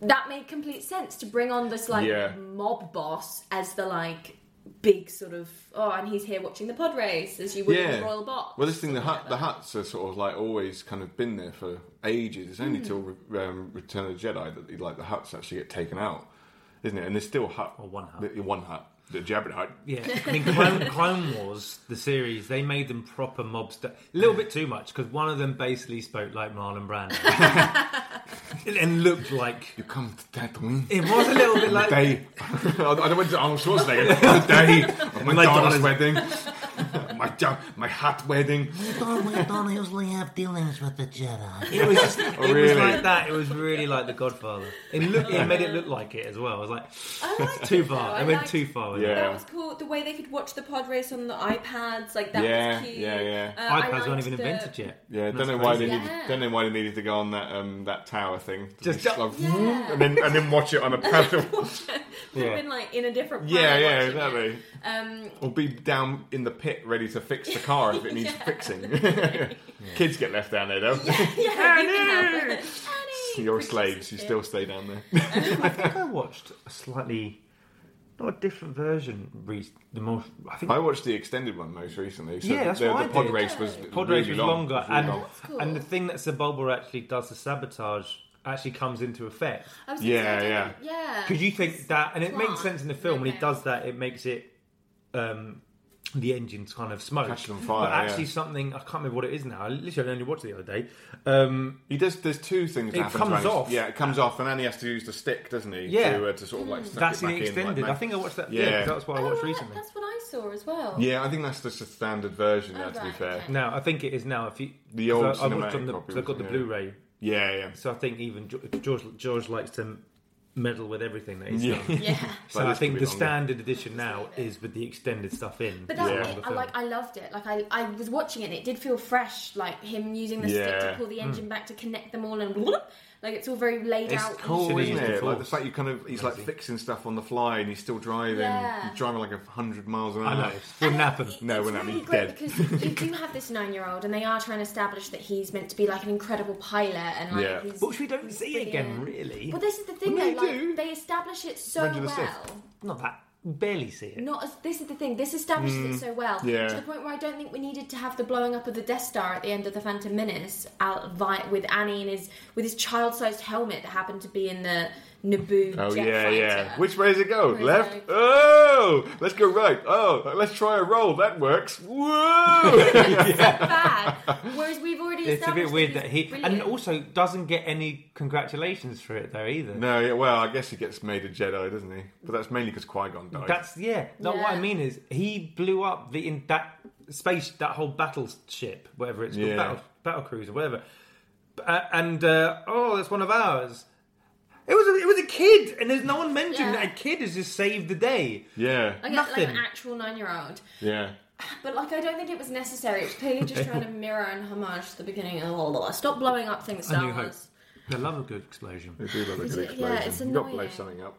That made complete sense to bring on this like
Yeah.
mob boss as the like big sort of oh, and he's here watching the pod race as you would in the royal box.
Well, this thing, the hut, the huts are sort of like always kind of been there for ages. It's only till Re- um, Return of the Jedi that like the huts actually get taken out, isn't it? And there's still hut,
Or one hut.
the, the one hut, the Jabba hut.
Yeah, I mean, Clone, Clone Wars, the series, they made them proper mobster. A little bit too much because one of them basically spoke like Marlon Brando And- and looked like
You come to Tatooine.
it was a little bit like
Day, I don't went to Arnold Schwarzenegger. The day of my,
My
daughter's
daughter's-
wedding, my da- my hut wedding.
Don't we don't usually have dealings with the Jedi.
it was. Just, it was
Oh, really?
like that. It was really like The Godfather. It looked. It made it look like it as well. I was like,
I liked
too
it, though.
far.
I
I went
liked-
too far. With
Yeah.
it.
That was cool. The way they could watch the pod race on the iPads, like that
Yeah,
was cute.
yeah, yeah.
Uh, I liked
iPads weren't even
the-
invented yet.
Yeah, don't
That's
know why they
crazy.
needed.
Yeah.
Don't know why they needed to go on that um, that tower thing. To
Just-
be like,
Yeah.
and then and then watch it on a paddle.
They've
Yeah.
been like in a different.
yeah,
planet
yeah,
watching it.
exactly.
Um,
Or be down in the pit ready to fix the car if it needs fixing. Kids get left down there though.
yeah, you can have it. Annie!
You're
Which is
slaves. You
cute.
still stay down there.
I think I watched a slightly not a different version. Re- the most I think
I watched the extended one most recently. So
Yeah, that's
the,
what
the
I
pod
did.
race was
pod
really
race was
long.
longer,
It was really
and
long.
cool.
and the thing that Sebulba actually does the sabotage actually comes into effect
I was gonna say,
Yeah,
I don't
yeah.
think- yeah.
because you think that, and it
Smart.
makes sense in the film when he
Okay.
does that, it makes it. Um, the engine's kind of smoke,
Catch it on fire,
but actually
yeah.
something I can't remember what it is now. I literally only watched it the other day. Um,
He does. There's two things. That
It
happen
comes
to him.
off.
Yeah, it comes off, and then he has to use the stick, doesn't he?
Yeah.
To, uh, to sort of like. Stuff
that's
it
in the
back in, like,
extended. I
make-
think I watched that.
Yeah.
Yeah, 'cause that's what I
Oh,
watched
right,
recently.
That's what I saw as well.
Yeah, I think that's just a standard version. Now,
Oh,
to be
right,
fair.
okay.
No, I think it is now. If you
The
'cause
old
I, I watched
cinematic
on the,
copy
so I got
was-
the
yeah.
Blu-ray
Yeah, yeah.
So I think even Ge- George George likes to meddle with everything that he's done.
Yeah.
So
Like,
I
this could
think
be
the
longer.
standard edition now is with the extended stuff in.
But that
Yeah.
it, I like I loved it. Like I, I was watching it and it did feel fresh, like him using the stick
Yeah.
to pull
Hmm.
the engine back to connect them all and whoop, like it's all very laid
It's
out. and-
cool,
Should've
isn't
used the
it? Like the
force.
fact you kind of he's like fixing stuff on the fly and he's still driving.
Yeah.
He's driving like a hundred miles an hour.
I know. Wouldn't happen.
No,
it's
we're not.
really
He's
great
dead.
because you do have this nine-year-old, and they are trying to establish that he's meant to be like an incredible pilot, and like
Yeah.
he's.
Which we don't see again,
brilliant.
really.
Well, this is the thing
Well,
though.
they
Like
do.
they establish it so
Revenge of the
well.
Sith.
Not that. Barely see it.
Not as this is the thing. This establishes it
Mm.
so well
yeah.
to the point where I don't think we needed to have the blowing up of the Death Star at the end of the Phantom Menace out vi- with Annie and his with his child-sized helmet that happened to be in the Naboo.
Oh
jet
yeah,
fighter.
yeah. Which way does it go?
Where's
Left.
like-
Oh, let's go right. Oh, let's try a roll. That works. Whoa!
bad. Whereas we've already
It's a
established
bit weird that
he's
he and
brilliant.
also doesn't get any congratulations for it though either.
no, yeah, well, I guess he gets made a Jedi, doesn't he? But that's mainly because Qui Gon died.
That's yeah. No, what I
Yeah.
mean is he blew up the in that space, that whole battleship, whatever it's called,
Yeah.
battle, battle cruise or whatever. B- Uh, and uh, oh, that's one of ours. It was a, it was a kid, and there's no one mentioned
Yeah.
that a kid has just saved the day.
yeah,
I get, like an
nothing.
actual nine-year-old.
yeah.
But like, I don't think it was necessary. It was clearly just trying to mirror and homage the beginning of all that. Stop blowing up things,
A
Star
New
Wars.
I love a good explosion.
They do love a good
it-
explosion.
yeah, it's
You've got to blow
annoying. Um,
something up.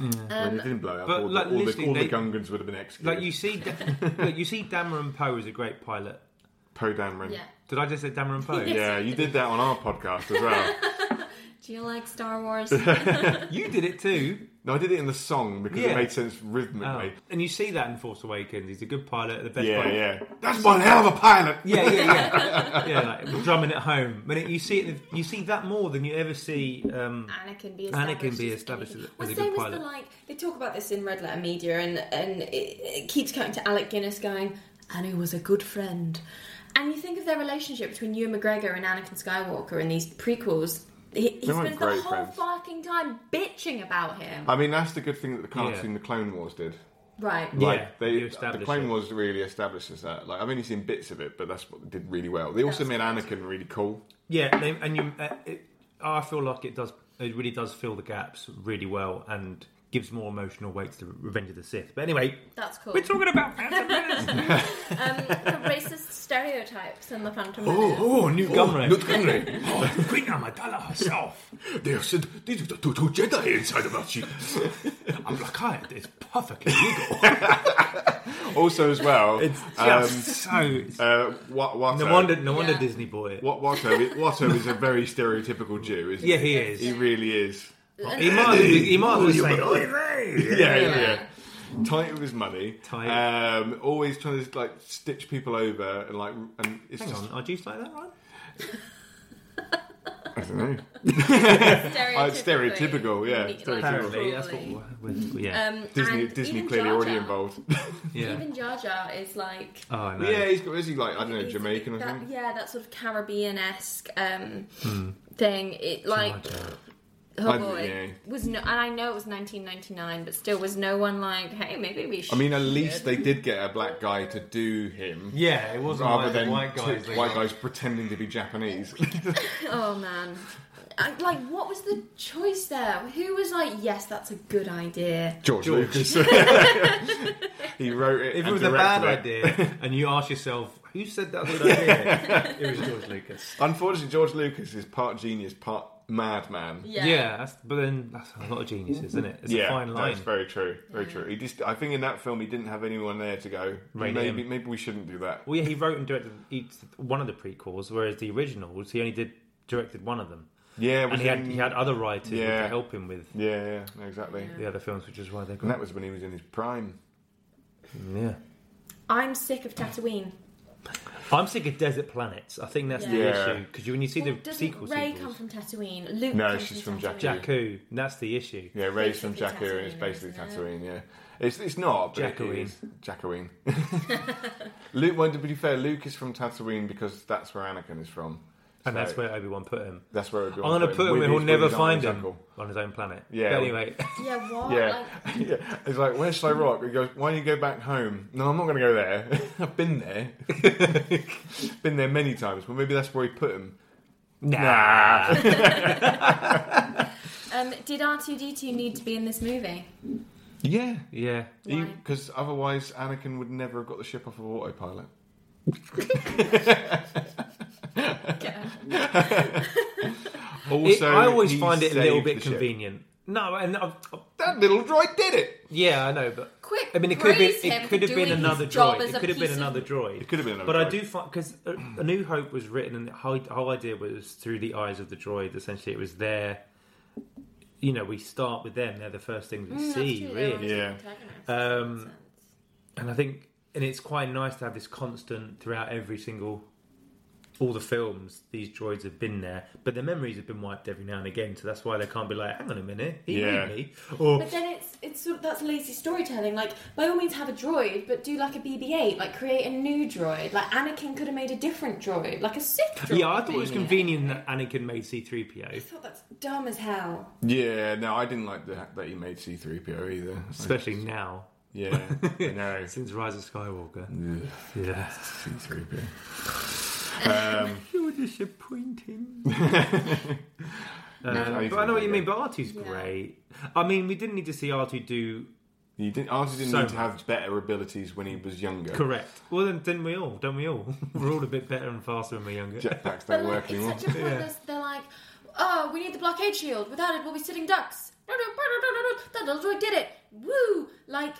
Well, they didn't blow up.
but
All,
like,
the, all, the,
literally
all the
they-
Gungans would have been executed.
Like you see, look, you see, Dameron Poe is a great pilot.
Poe Dameron.
Yeah.
Did I just say Dameron Poe?
Yeah, you did that on our podcast as well.
Do you like Star Wars?
You did it too.
No, I did it in the song because it
Yeah.
made sense
Oh.
rhythmically.
And you see that in Force Awakens. He's a good pilot, the best
Yeah,
pilot.
yeah. That's one hell of a pilot.
Oh. Yeah, yeah, yeah, yeah. Like drumming at home. When it, you see it, you see that more than you ever see. Um,
Anakin be
Anakin
established.
be
as
established
anything.
as a
well,
good
same as
pilot.
the like. They talk about this in Red Letter Media, and and it, it keeps going to Alec Guinness going. Annie was a good friend, and you think of their relationship between Ewan McGregor and Anakin Skywalker in these prequels. He, he
They weren't
spends the whole
great friends.
fucking time bitching about him.
I mean, that's the good thing that the cartoon,
Yeah.
The Clone Wars, did.
right.
Yeah,
Like, they,
you
the
establish
Clone
it.
Wars really establishes that. Like, I've only seen bits of it, but that's what they did really well. They also
was
made Anakin really cool.
yeah, they, and you. Uh, it, I feel like it does. It really does fill the gaps really well, and gives more emotional weight to Revenge of the Sith. But anyway,
That's cool. Um,
we're talking about Phantom Menace.
the racist stereotypes in the Phantom Menace.
oh, new Gunray.
Not
eh?
Gunray.
Oh, Queen Amidala herself.
They have sent these are the two, two Jedi inside of our ship.
I'm like, "Hi, it's perfectly legal.
Also, as well,
It's
um,
just so.
uh, what, what,
No wonder, no wonder
Yeah.
Disney bought it.
Wat- Watto, i- Watto is a very stereotypical Jew, isn't
Yeah,
he?
he is.
He really is.
He might, he might as well say, "Oi,
Yeah,
Yeah.
yeah. Tight with his money.
Tight.
Um, always trying to like stitch people over and like and it's
Hang
just
on, are you like that, right?
I don't know.
Stereotypically.
Uh, it's stereotypical, yeah,
Like,
stereotypical.
Apparently, that's what.
cruelly.
we- we- yeah,
Um,
Disney
and
Disney
even
clearly
Jar
already
Jar.
involved.
yeah.
Even Jar Jar is like.
oh no.
yeah, he's got is he like I don't know,
he's-
Jamaican or
that-
something? Hmm.
Yeah, that sort of Caribbean esque um, thing. It like. Oh
I-
boy.
yeah.
Was no, and I know it was 1999, but still, was no one like, hey, maybe we should.
I mean at least they did get a black guy to do him.
Yeah, it wasn't
Rather
like the
than
white
two
guys. they
white
got-
guys pretending to be Japanese.
Oh man. I, like, what was the choice there? Who was like, yes, that's a good idea?
George, Lucas. he wrote it.
If
and
it was a bad
directed it.
idea, and you ask yourself, who said that was a good idea? it was George Lucas.
Unfortunately, George Lucas is part genius, part madman.
Yeah, that's, but then that's a lot of geniuses, isn't it? It's a fine line.
that's very true. Very true. He just, I think in that film, he didn't have anyone there to go.
Rein
maybe,
him.
maybe we shouldn't do that.
Well, yeah, he wrote and directed each one of the prequels, whereas the originals, he only did directed one of them,
Yeah,
and
was
he had
in-
he had other writers
Yeah.
to help him with
Yeah, yeah, exactly.
the other films, which is why they
And
got
that was when he was in his prime.
yeah.
I'm sick of Tatooine.
I'm sick of desert planets. I think that's
Yeah.
the issue because when you see
Well,
the
doesn't
sequel
Ray
sequels,
come from Tatooine? Luke
No,
comes
she's
from,
from
Tatooine.
Jakku.
Jakku, and that's the issue.
Yeah, Ray's from
Basically
Jakku, and it's
Tatooine,
basically
isn't it?
Tatooine. Yeah, it's it's not. But it
Jakkuine.
is. Jakkuine. Luke. Well, to be fair, Luke is from Tatooine because that's where Anakin is from.
And
So
that's where Obi Wan put him.
That's where Obi-Wan
I'm going to put him
with
where he'll
his-
never
with his aunt
find
and his
him
uncle.
on his own planet.
Yeah.
But anyway,
Yeah, what?
Yeah.
Like,
yeah. It's like, where's Slow Rock? He goes, why don't you go back home? No, I'm not going to go there. I've been there. been there many times. Well, maybe that's where he put him.
nah.
um, did R2D2 need to be in this movie?
Yeah.
Yeah.
Why?
Because otherwise, Anakin would never have got the ship off of autopilot.
It-
also,
I always
he
find it a little
saved
bit
the ship.
convenient. No, and I've, I've-
That little droid did it.
yeah, I know, but
Quick,
I mean, it could have been
praise him
it could
for
have been
doing
another
his job
droid.
as
It
a
could have been
piece of-
another droid.
It could have been another
But I
droid.
do find because A New Hope was written and the whole, whole idea was through the eyes of the droid. Essentially, it was their. You know, we start with them. They're the first things we
Mm, that's
see,
true,
really.
they're
Yeah.
always antagonists.
Um, and I think, and it's quite nice to have this constant throughout every single, all the films. These droids have been there, but their memories have been wiped every now and again. So that's why they can't be like, "Hang on a minute, he
Yeah.
knew me," or
But then it's it's sort of, that's lazy storytelling. Like, by all means, have a droid, but do like a BB-8. Like, create a new droid. Like, Anakin could have made a different droid, like a Sith droid.
yeah. I thought it was
maybe.
convenient that Anakin made C three PO,
I thought that's dumb as hell.
Yeah, no, I didn't like the, that he made C3PO either.
especially now
Yeah, I know.
since Rise of Skywalker. Yeah,
C3PO.
you're disappointing.
No.
Uh, but I know what you mean. But R2's
Yeah.
great. I mean, we didn't need to see R2 do
You didn't, Arthur didn't
So
need to have better abilities when he was younger.
correct. Well, then, didn't we all? Don't we all? We're all a bit better and faster when we're younger.
Jetpacks
But
don't
like,
work
it's
anymore.
such a pointless. They're like, oh, we need the blockade shield. Without it, we'll be sitting ducks. That little droid did it. Woo! Like,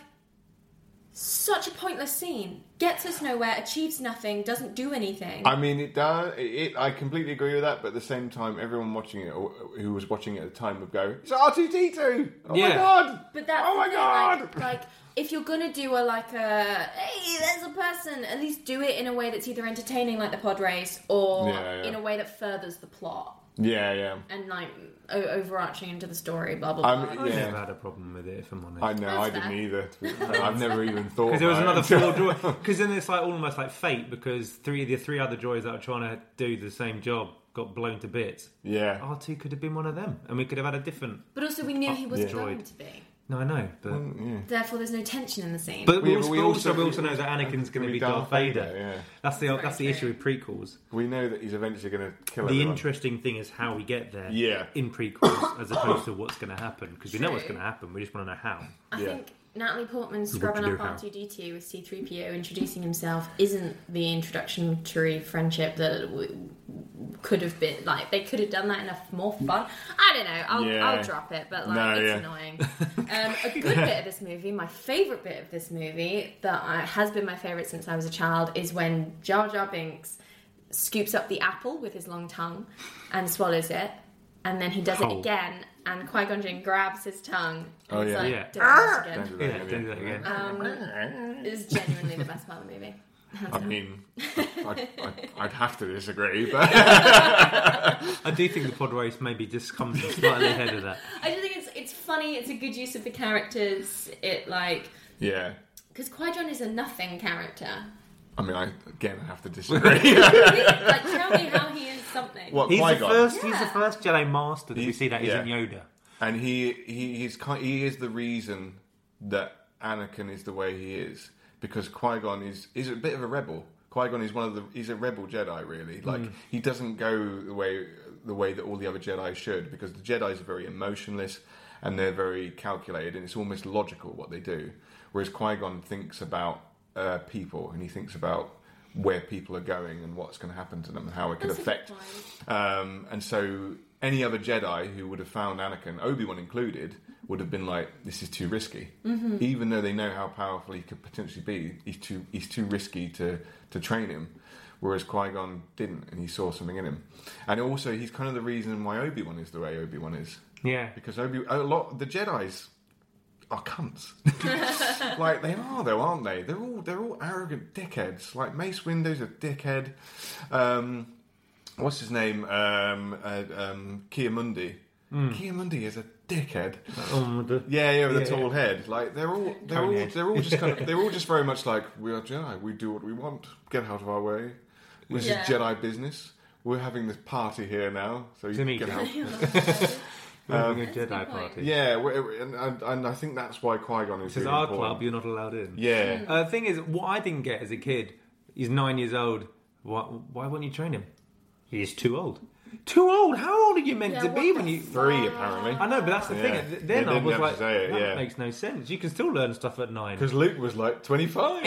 such a pointless scene. Gets us nowhere. Achieves nothing. Doesn't do anything.
I mean, it does. It, it, I completely agree with that, but at the same time, everyone watching it, or who was watching it at the time, would go, "It's R two D two! Oh
Yeah.
my god!
But that's
oh
the
my
thing,
god!
Like, like, if you're gonna do a like a hey, there's a person, at least do it in a way that's either entertaining, like the pod race, or
Yeah, yeah.
in a way that furthers the plot
yeah, yeah.
and like o- overarching into the story. Blah blah. blah.
I'm,
I never
yeah.
had a problem with it, if I'm honest.
I know. I didn't
fair.
either. to be fair. I've never even thought.
Because there was
about
another
it.
four droids. Because then it's like almost like fate. Because three the three other droids that are trying to do the same job got blown to bits.
yeah.
R two could have been one of them, and we could have had a different.
but also, we knew he wasn't
Yeah.
going to be.
No, I know, but
Therefore, there's no tension in the scene.
but, we,
Yeah, but we
also,
also-
we also know that Anakin's going to be Darth, Vader.
yeah.
That's the that's the
true.
issue with prequels.
We know that he's eventually going to kill
The
everyone.
interesting thing is how we get there.
Yeah.
In prequels, as opposed to what's going to happen, because we know what's
True.
going to happen. We just want to know how.
I
Yeah.
think Natalie Portman scrubbing
do
up
how?
R2D2 with C3PO introducing himself isn't the introductory friendship that w- could have been. Like, they could have done that in a f- more fun. I don't know. I'll,
Yeah.
I'll drop it, but like,
No,
it's
yeah.
annoying. um, a good bit of this movie, my favourite bit of this movie, that I, has been my favourite since I was a child, is when Jar Jar Binks scoops up the apple with his long tongue and swallows it. And then he does it
Oh.
again, and Qui Gon Jinn grabs his tongue.
Oh,
He's
yeah.
like,
Yeah.
"Don't do this again."
Don't do that
Yeah,
again. Ah.
do that again.
Um, It is genuinely the best part of the movie.
I mean, I, I, I'd have to disagree, but
I do think the pod race maybe just comes in slightly ahead of that.
I just think it's it's funny. It's a good use of the characters. It like
yeah.
because Qui Gon is a nothing character.
I mean, I again, I have to disagree.
Like tell me how he is something.
what
He's
Qui
the
Gon,
first. He's the first Jedi Master that we
He-
see that not
yeah.
Yoda.
and he he he's ki- he is the reason that Anakin is the way he is because Qui Gon is is a bit of a rebel. Qui Gon is one of the he's a rebel Jedi really. Like he doesn't go the way the way that all the other Jedi should because the Jedi's are very emotionless and they're very calculated and it's almost logical what they do. Whereas Qui Gon thinks about uh, people and he thinks about where people are going and what's going to happen to them and how it could
That's a good
affect
point.
um, and so any other Jedi who would have found Anakin, Obi Wan included, would have been like, "This is too risky." Even though they know how powerful he could potentially be, he's too he's too risky to to train him. Whereas Qui Gon didn't, and he saw something in him. And also, he's kind of the reason why Obi Wan is the way Obi Wan is,
Yeah.
because Obi a lot the Jedi's are cunts. like they are though, aren't they? They're all they're all arrogant dickheads. Like Mace Windu's a dickhead. Um, what's his name? Um, uh, um, Kiamundi. Kiamundi is a dickhead.
Um, the-
Yeah, yeah, with a
Hmm. Yeah,
tall
yeah.
head. Like they're all they're
Tony
all
head.
they're all just kind of they're all just very much like we are Jedi. We do what we want. Get out of our way. This
Yeah.
is Jedi business. We're having this party here now, so you
To me.
get out.
having a Jedi
point.
party.
Yeah, we're- and, and, and I think that's why Qui Gon is
This is
really
our
important.
club. You're not allowed in.
Yeah,
Uh, the thing is, what I didn't get as a kid, he's nine years old. Why, why won't you train him? He's too old. Too old? How old are you meant
Yeah,
to
what
be
the
when you?
Ah.
three apparently.
I know, but that's the
Yeah.
thing.
They
Then I
didn't
was
have
like,
to say it,
that
yeah.
makes no sense. You can still learn stuff at nine.
Because Luke was like 25.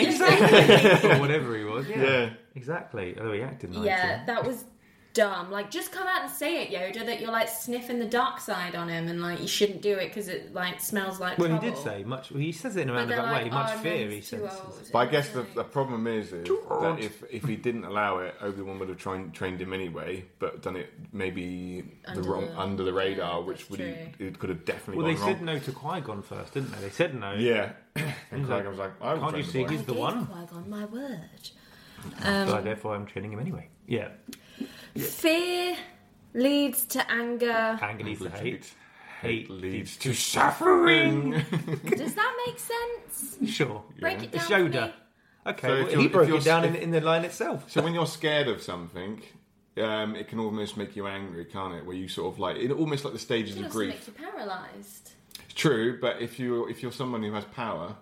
Exactly. or whatever he was. Yeah.
Yeah.
Exactly. Although he acted nineteen.
Yeah, that was dumb. Like, just come out and say it, Yoda, that you're like sniffing the dark side on him, and like you shouldn't do it because it like smells like.
Well, he
trouble.
did say much. He says it in a
But they're
roundabout
like,
way.
oh,
Much
no,
fear.
he's
He
too
says.
old.
But I guess the,
Like,
the problem is, is that
old.
if, if he didn't allow it, Obi Wan would have trained, trained him anyway, but done it maybe
Under
the wrong
the-
under the radar,
yeah,
which
that's
would he,
true.
it could have definitely
Well, they
gone wrong.
said no to Qui Gon first, didn't they? They said no.
Yeah, and
like,
Qui was like, I would
"Can't you
train
see
the boy."
he's the
I gave
one?
Qui-Gon my word.
So therefore, I'm training him anyway. Yeah.
Fear leads to anger.
Anger leads to hate. Hate leads.
to suffering.
Does that make sense?
Sure.
Break it down.
It's
for me.
Yoda. Okay,
So if
well,
you're-
he
if
broke
you're-
it down in,
if-
in the line itself.
So when you're scared of something, um, it can almost make you angry, can't it? Where you sort of like it almost like the stages
It
of
also
grief.
makes you paralyzed.
It's True, but if you if you're someone who has power,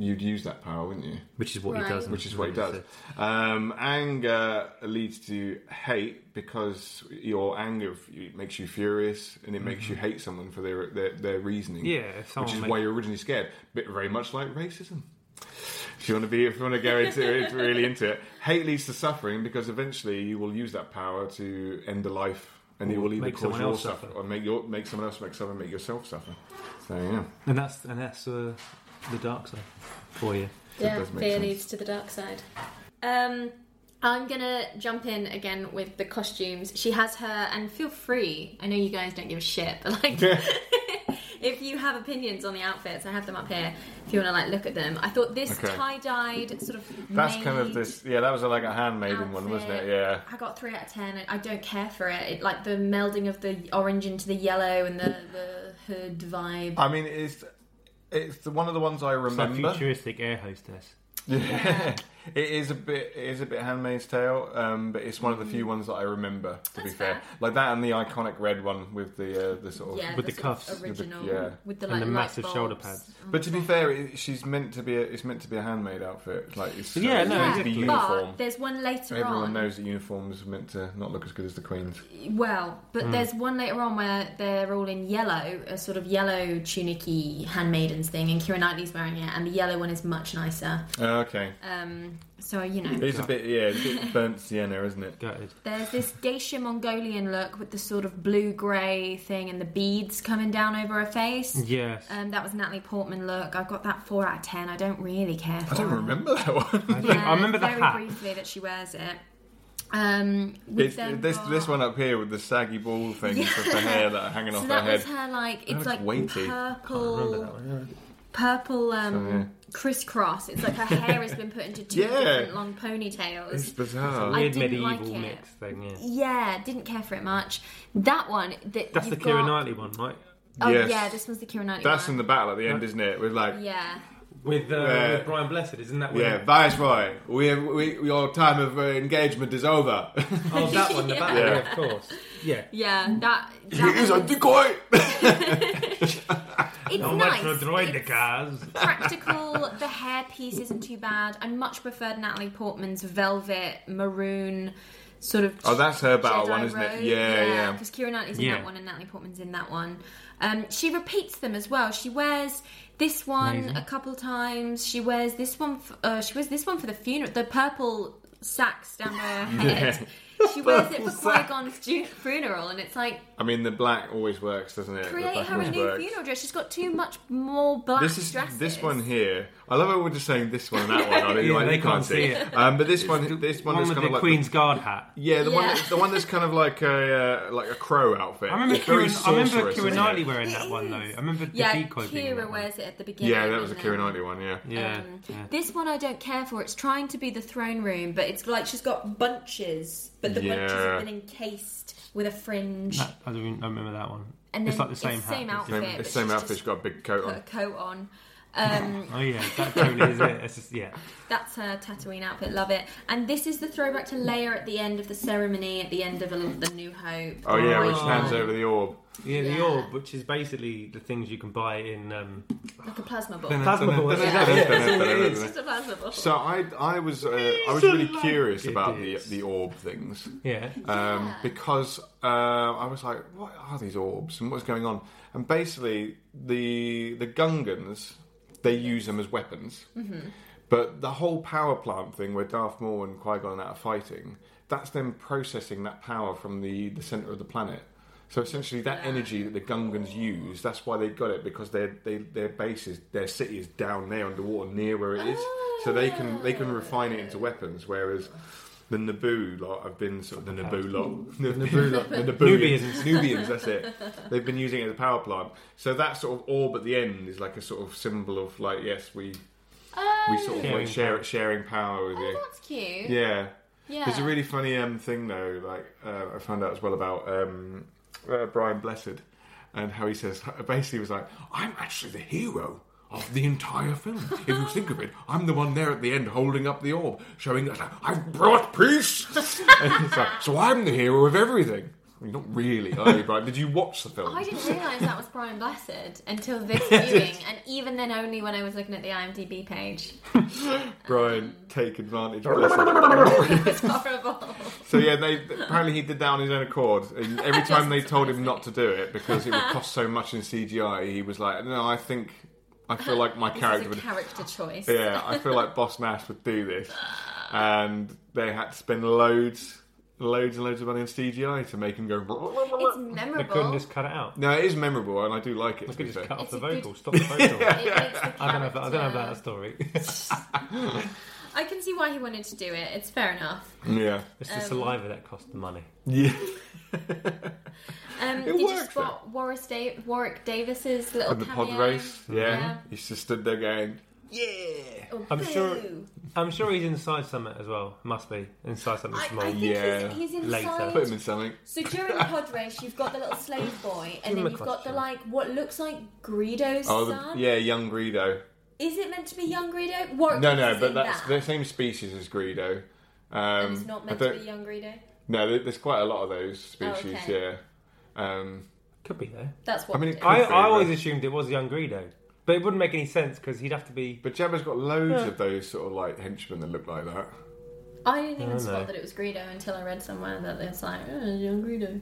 you'd use that power, wouldn't you?
Which is what
Right.
he does.
which is what he does. Um, anger leads to hate because your anger f- it makes you furious and it makes you hate someone for their their, their reasoning.
Yeah, if someone
which is
make-
why you're originally scared. But very much like racism. If you want to be, if you want to go into it, really into it, hate leads to suffering because eventually you will use that power to end a life, and it will either
make
cause
someone
your
else
suffer,
suffer.
or make your make someone else make someone make yourself suffer. So yeah,
And that's and that's uh, the dark side for you.
Yeah,
does make
fear
sense.
leads to the dark side. Um, I'm gonna jump in again with the costumes. She has her, and feel free. I know you guys don't give a shit, but like, if you have opinions on the outfits, I have them up here. If you want to like look at them, I thought this
Okay.
tie-dyed sort of
that's kind of
maid
this. Yeah, that was like a handmaiden one, wasn't it?
outfit.
Yeah.
I got three out of ten. I don't care for it. it. Like the melding of the orange into the yellow and the the hood vibe.
I mean, it's it's the, one of the ones I
It's like
remember.
futuristic air hostess.
Yeah. It is a bit, it is a bit Handmaid's Tale, um, but it's one of the few ones that I remember. To be
That's
fair,
fair.
like that and the iconic red one with the uh, the sort of.
Yeah,
With the
sort of
cuffs. With the-
original,
yeah.
with the
And
like
the
light
massive
bulbs.
shoulder pads.
But to be fair, it, she's meant to be. A, it's meant to be a handmade outfit. Like it's, uh,
Yeah,
it's
no,
meant to be
exactly.
uniform.
But there's one later
Everyone
on.
knows that uniforms are meant to not look as good as the queen's.
Well, but
Mm.
there's one later on where they're all in yellow, a sort of yellow tunicky handmaidens thing, and Kira Knightley's wearing it, and the yellow one is much nicer.
Oh, okay,
Um, so you know,
it's a bit yeah, it's a bit burnt sienna, isn't it?
Gutted.
There's this geisha Mongolian look with the sort of blue grey thing and the beads coming down over her face.
Yes.
Um, that was Natalie Portman look. I've got that four out of ten. I don't really care. For
I don't
it.
remember that one.
I think- I remember the
Uh, very
hat.
briefly that she wears it. Um, we've
It's,
then
this
got-
this one up here with the saggy ball things with the hair that are hanging
So
off
that
her
was
head.
her like
looks
it's like
weighty.
purple, purple um,
So, yeah.
crisscross. It's like her hair has been put into two
Yeah.
different long ponytails.
It's bizarre.
I
Weird
didn't
medieval
like it.
mix thing, yeah.
yeah, didn't care for it much. That one that
That's the
you've
Kira
got-
Knightley one, right?
Oh
Yes.
yeah, this one's the Kira Knightley
That's
one.
in the battle at the end, isn't it? With like,
Yeah.
With, uh,
Yeah.
with Brian Blessed, isn't that
yeah,
where-
Viceroy, we have, we, your time of uh, engagement is over.
Oh, that one, the back
Yeah.
one, of course. Yeah.
Yeah, that,
He
that
is a
one-
decoy.
it's
No
nice.
metro droid the
It's
cars.
practical. The hair piece isn't too bad. I much preferred Natalie Portman's velvet maroon sort of.
Oh, that's her battle
Jedi
one, isn't it?
robe.
Yeah, yeah.
Because Kira Knightley's in
Yeah.
that one and Natalie Portman's in that one. Um, she repeats them as well. She wears this one a couple times. She wears this one. F- uh, she wears this one for the funeral. The purple sacks down her head. She wears it
Purple
for Qui
sack.
Gon's funeral, and it's like
I mean, the black always works, doesn't it? The
create
black
her a
always
new
works.
funeral dress. She's got too much more black
This is
dresses.
this one here. I love how we're just saying this one and that one. I mean,
Yeah,
like,
they
you
can't see it.
Um, but this one, this one,
One
is
with
kind
the
of like
Queen's Guard hat.
yeah, the one,
Yeah.
that- the one that's kind of like a uh, like a crow outfit.
I remember
It's very
Kieran, I remember
sorcerous,
Kieran
isn't it?
Knightley wearing that one though. I remember the
Yeah,
decoy being in
Kira
that one.
wears it at the beginning.
Yeah, that was a
and
Kieran
then-
Knightley one. Yeah.
Yeah,
Um,
yeah.
This one I don't care for. It's trying to be the throne room, but it's like she's got bunches, but the bunches
Yeah.
have been encased with a fringe.
That- I don't even- I remember that one.
And
it's
then
like the same
it's
hat.
same
it's
outfit.
different.
It's
but
same
she's
outfit.
just
She's got a big coat
Put a
on.
coat on. Um,
Oh yeah, that totally is it. It's just, yeah,
that's her Tatooine outfit. Love it. And this is the throwback to Leia at the end of the ceremony, at the end of a, the New Hope.
Oh yeah, which
Oh.
hands over the orb.
yeah. The
Yeah.
orb, which is basically the things you can buy in um,
like a plasma ball.
plasma ball. That's exactly it. That's all Oh, it is.
Just a plasma ball.
So I, I was, uh, I was really
alive.
curious about the
Idiots.
the orb things
Yeah,
um, because uh, I was like, what are these orbs and what's going on? And basically, the the Gungans they use them as weapons, but the whole power plant thing where Darth Maul and Qui Gon are fighting, that's them processing that power from the the center of the planet. So essentially, that energy that the Gungans use, that's why they got it because their they, their base is their city is down there underwater near where it is, so they can they can refine it into weapons. Whereas the Naboo lot have been sort of the Naboo lot, the Naboo lot, the Nabooians,
Nubians.
Nubians. That's it. They've been using it as a power plant. So that sort of orb at the end is like a sort of symbol of like yes, we we sort of
Sharing
like share
power.
sharing power with you.
Oh, that's cute.
Yeah.
Yeah.
There's a really funny um, thing though. Like uh, I found out as well about um, uh, Brian Blessed and how he says basically he was like, "I'm actually the hero." Of the entire film, if you think of it, I'm the one there at the end holding up the orb, showing that I've brought peace. and it's like, so I'm the hero of everything. I mean, not really, are you, Brian? Did you watch the film?
I didn't realise that was Brian Blessed until this viewing, and even then only when I was looking at the IMDb page.
Brian, take advantage.
It's horrible.
So yeah, they apparently he did that on his own accord. And every time they told him not to do it because it would cost so much in CGI, he was like, "No, I think I feel like my
It's
character
a
would."
character choice.
Yeah, I feel like Boss Nash would do this, and they had to spend loads, loads and loads of money on CGI to make him go.
It's
they couldn't
memorable.
just cut it out.
No, it is memorable, and I do like it.
They
To be
could just
fair.
cut off
It's
the
a good-
vocal. Stop the vocal.
It makes the
I don't have that. I don't have
character-
that story.
I can see why he wanted to do it. It's fair enough.
Yeah,
It's the saliva that cost the money.
yeah.
Um,
It
did you
works,
spot Warwick, da- Warwick Davis's little
And the
cameo?
pod race, yeah.
Yeah.
He's just stood there going,
Oh,
I'm sure-
boo.
I'm sure he's inside something as well. Must be inside something
I, I
small.
think
Yeah.
he's, he's
Later.
inside.
"Put him in something."
So during pod race, you've got the little slave boy, and
him
then
a
you've got the
costume.
like what looks like Greedo's
Oh, the,
son.
yeah, young Greedo.
Is it meant to be young Greedo? Warwick
No,
Davis
no,
is
but
in
that's
that.
the same species as Greedo. Um,
It's not
I
meant to
don't-
be young Greedo.
No, there- there's quite a lot of those species.
okay.
Yeah. Um,
Could be though.
That's what
I mean,
it
it
is.
could-
I,
be,
I always
but-
assumed it was young Greedo, but it wouldn't make any sense because he'd have to be.
But Jabba's got loads of those sort of like henchmen that look like that.
I didn't even
don't know.
spot that it was Greedo until I read somewhere that it's like, oh, young Greedo.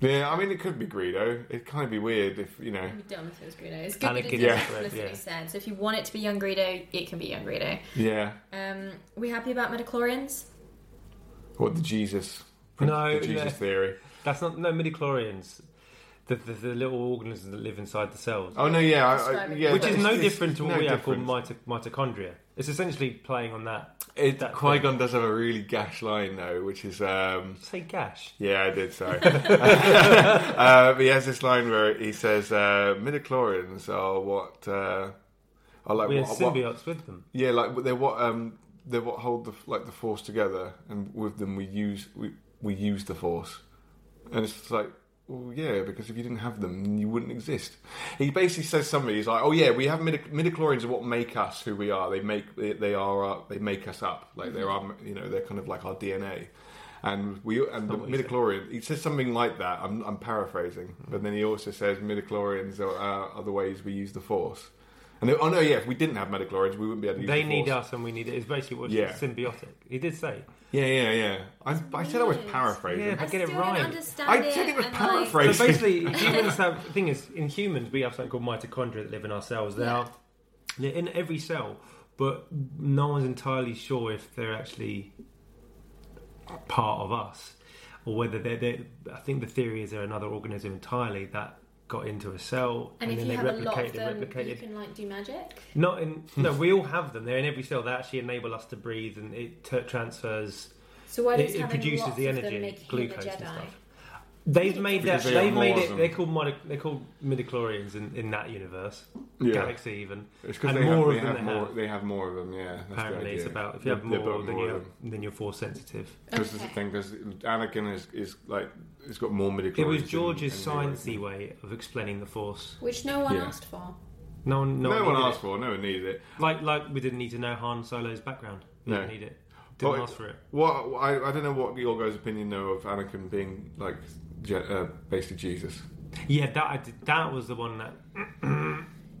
Yeah, I mean it could be Greedo. It'd kind of be weird if you know.
It'd be dumb if it was Greedo. It's good that
Anakin
it's yeah.
Yeah.
explicitly
Yeah.
said. So if you want it to be young Greedo, it can be young Greedo.
Yeah,
Um, we happy about Metachlorians?
what the Jesus?
No,
the Jesus
yeah.
theory.
That's not no midichlorians. The, the, the little organisms that live inside the cells,
Oh no, yeah, I, I,
Describing
yeah.
which
that
is
it's-
no
it's
different to what
no
we have called
different.
mito- mitochondria. It's essentially playing on that.
It,
that
Qui Gon does have a really gash line though, which is um,
Say gash.
yeah, I did sorry. uh, but he has this line where he says, uh, "Midichlorians are what uh, are like
We are
what, what-
symbiotes with them.
yeah, like they're what um, they're what hold the like the force together, and with them we use we, we use the force, and it's just like." Well, yeah, because if you didn't have them, you wouldn't exist. He basically says something. He's like, "Oh yeah, we have midi- midichlorians are what make us who we are. They make they, they are our, they make us up. Like they're our, you know they're kind of like our DNA." And we and the midichlorian. He says something like that. I'm, I'm paraphrasing, but then he also says midichlorians are, uh, are the ways we use the force. And they- oh no, yeah, if we didn't have midichlorians, we wouldn't be able to use.
They
the
need
force.
us and we need it. It's basically what's
Yeah.
symbiotic. He did say.
Yeah, yeah, yeah. I, I said I was
Weird.
paraphrasing.
Yeah. I get it
still
right.
Don't understand
I said it was
and, like,
So
paraphrasing.
basically, humans have. The thing is, in humans, we have something called mitochondria that live in our cells. They are they're in every cell, but no one's entirely sure if they're actually part of us or whether they're. they're I think the theory is they're another organism entirely that got into a cell
and if
then
you
they
have a lot
replicated
of them,
and replicated.
you can like do magic.
Not in. No, we all have them. They're in every cell. They actually enable us to breathe, and it t- transfers.
So why
It-
does
it
having
produces
lots
the
of them
energy,
make
glucose
him a
and
Jedi?
stuff. They've made that.
Because they
They've
are
midi-
Moors and-
They're called modi- They're called midichlorians in, in that universe,
Yeah.
galaxy even,
It's because
and
they,
more of
have, they,
them.
have
They
more,
have.
they have more of them, yeah. That's the
Apparently,
idea.
it's about if you have
They're- they're
more,
about
then
more
you
of
have,
them.
then you're force sensitive.
Because the thing, because Anakin is, is like, he's got more midichlorians.
It was
than-
George's
than you, isn't
sciencey
it?
way of explaining the force.
Which no one
Yeah.
asked for.
No one, no,
No one
needed
asked
it.
for, it, no one needed it.
Like, like we didn't need to know Han Solo's background. We
No.
didn't need it. Didn't
Well,
ask for it.
What I, I don't know what your guys' opinion though of Anakin being like Je- uh, basically Jesus.
Yeah, that I did, that was the one that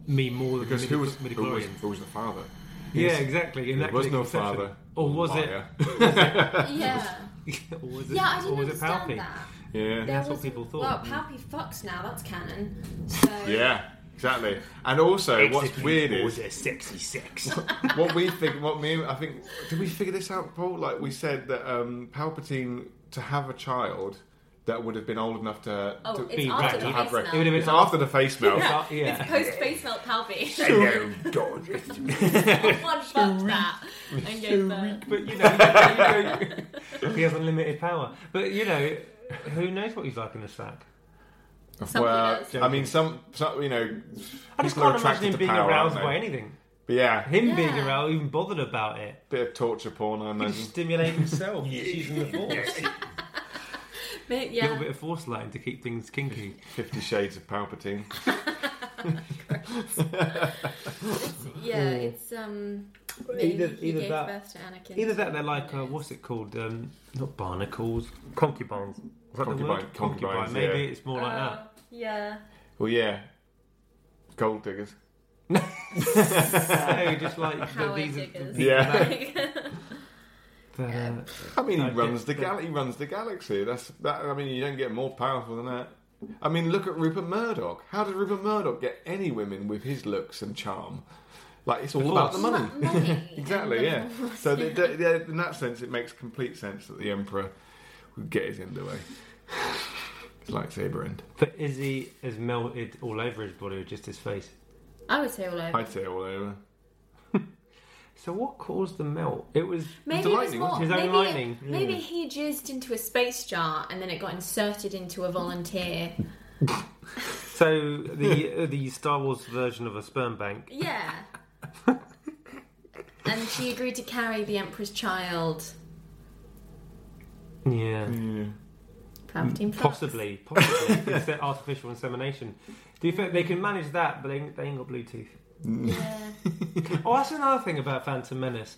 me more than
Because
the
who
midi-
was who was,
midichlorians.
who was the father? Oh,
Yeah, exactly. And
There
that
was
could
no
be conception.
father.
Or was it?
Liar.
Yeah.
Or was it?
Yeah, I
or
didn't
was it
understand
Palpy?
that.
Yeah.
That's
There
what people thought. Mm.
Well, Palpy fucks now. That's canon. So
Yeah. Exactly. And also, what's weird is
a sexy sex?
what we think. What me, I think. Did we figure this out, Paul? Like we said that um, Palpatine to have a child that would have been old enough to
Oh,
to
it's
be
after the
right. It
to
face melt.
have. Re-
It would have been
it's after the face melt.
Yeah.
It's post face melt Palpy.
Hello, George.
One fucked that and gave birth.
but you know, you know, he has unlimited power. But you know, who knows what he's like in the sack?
Well,
else.
I mean, some, some, you know,
I just
people are
can't imagine
attracted
him
to
being
power,
aroused
aren't
by
they?
anything.
But yeah,
Him being
Yeah.
aroused, even bothered about it.
bit of torture porn, I
He
imagine.
just stimulate himself using the force.
But
A little
yeah.
bit of force lighting to keep things kinky.
Fifty Shades of Palpatine.
Yeah, it's um. Maybe
Either-
he
either
gave
that-
birth to Anakin.
Either that, they're like uh, what's it called? Um, not barnacles, concubines. Is that the
Concubine-
word?
concubines,
Maybe
yeah.
it's more like that.
Oh, yeah.
Well, yeah, gold diggers.
No, just like the,
Power
these are-
diggers.
Yeah,
the- uh,
I mean, he
I
runs
get
the
the-
gal- he runs the galaxy. That's that. I mean, you don't get more powerful than that. I mean, look at Rupert Murdoch. How did Rupert Murdoch get any women with his looks and charm? Like it's all about the money. Exactly, yeah. So they, they, they- in that sense, it makes complete sense that the emperor would get his end away. His lightsaber end.
but Izzy has melted all over his body, or just his face.
I would say all over.
I'd say all over.
So what caused the melt? It was
Maybe it was
lightning,
more,
wasn't it? His
maybe,
own lightning.
maybe he jizzed into a space jar and then it got inserted into a volunteer.
so the uh, the Star Wars version of a sperm bank.
Yeah. and she agreed to carry the Emperor's child.
Yeah,
Probably Palpatine Plus.
Mm, Possibly, possibly. it's their artificial insemination. Do you think they can manage that, but they, they ain't got Bluetooth?
Yeah.
Oh, that's another thing about Phantom Menace.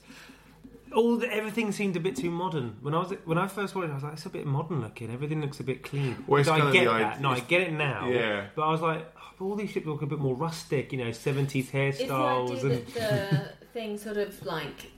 All the, everything seemed a bit too modern. When I was when I first watched it, I was like, "It's a bit modern looking. Everything looks a bit clean."
Well, it's
So I
kind of
get
the
that.
id-
No, I
it's-
get it now.
yeah.
But I was like, oh, but all these ships look a bit more rustic. You know, seventies
It's
hairstyles
the idea
and
that the thing sort of like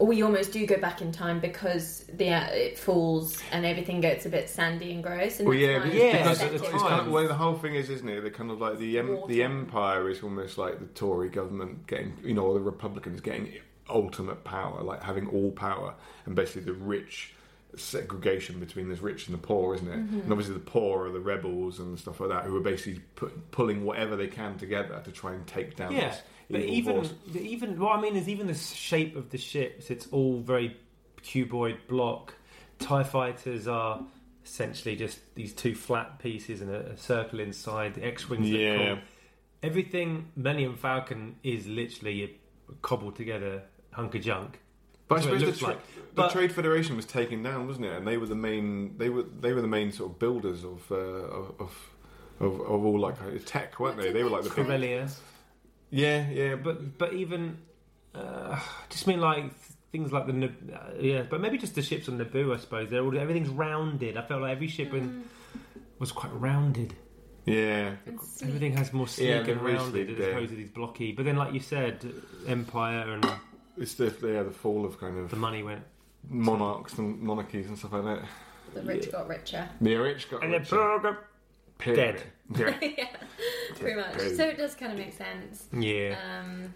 we almost do go back in time because the uh, it falls and everything gets a bit sandy and gross. And
Well, yeah,
that's
but
why
it's
Yeah,
because
at
it's,
the
it's kind of
time.
well, the whole thing is, isn't it? That kind of like the em-
Water.
the empire is almost like the Tory government getting, you know, or the Republicans getting ultimate power, like having all power, and basically the rich segregation between the rich and the poor, isn't it?
Mm-hmm.
And obviously the poor are the rebels and stuff like that, who are basically put, pulling whatever they can together to try and take down.
yeah.
This
But
evil
even
force.
the, even what I mean is even the shape of the ships. It's all very cuboid block. Tie fighters are essentially just these two flat pieces and a, a circle inside. The X wings. look
Yeah.
cool. Everything Millennium Falcon is literally a cobbled together hunk of junk.
But I
That's what it
suppose the,
looks
tra-
like.
the
But-
Trade Federation was taken down, wasn't it? And they were the main they were they were the main sort of builders of uh, of, of of of all like uh, tech, weren't they? They were like the big,
Corellia.
yeah yeah.
But
But
but even uh, just mean like th- things like the Nib- uh, yeah. But maybe just the ships on Naboo. I suppose they're all everything's rounded. I felt like every ship in, was quite rounded.
yeah,
Everything has more sleek
Yeah, they're
and
really
rounded
sleek,
as
yeah.
opposed to these blocky. But then, like you said, Empire and
it's the yeah the fall of kind
the
of
money went.
monarchs and monarchies and stuff like that.
the rich got richer.
The rich got
And then
richer.
program.
Period. Yeah.
yeah, pretty much.
Crazy.
So it does kind of make sense.
Yeah.
Um,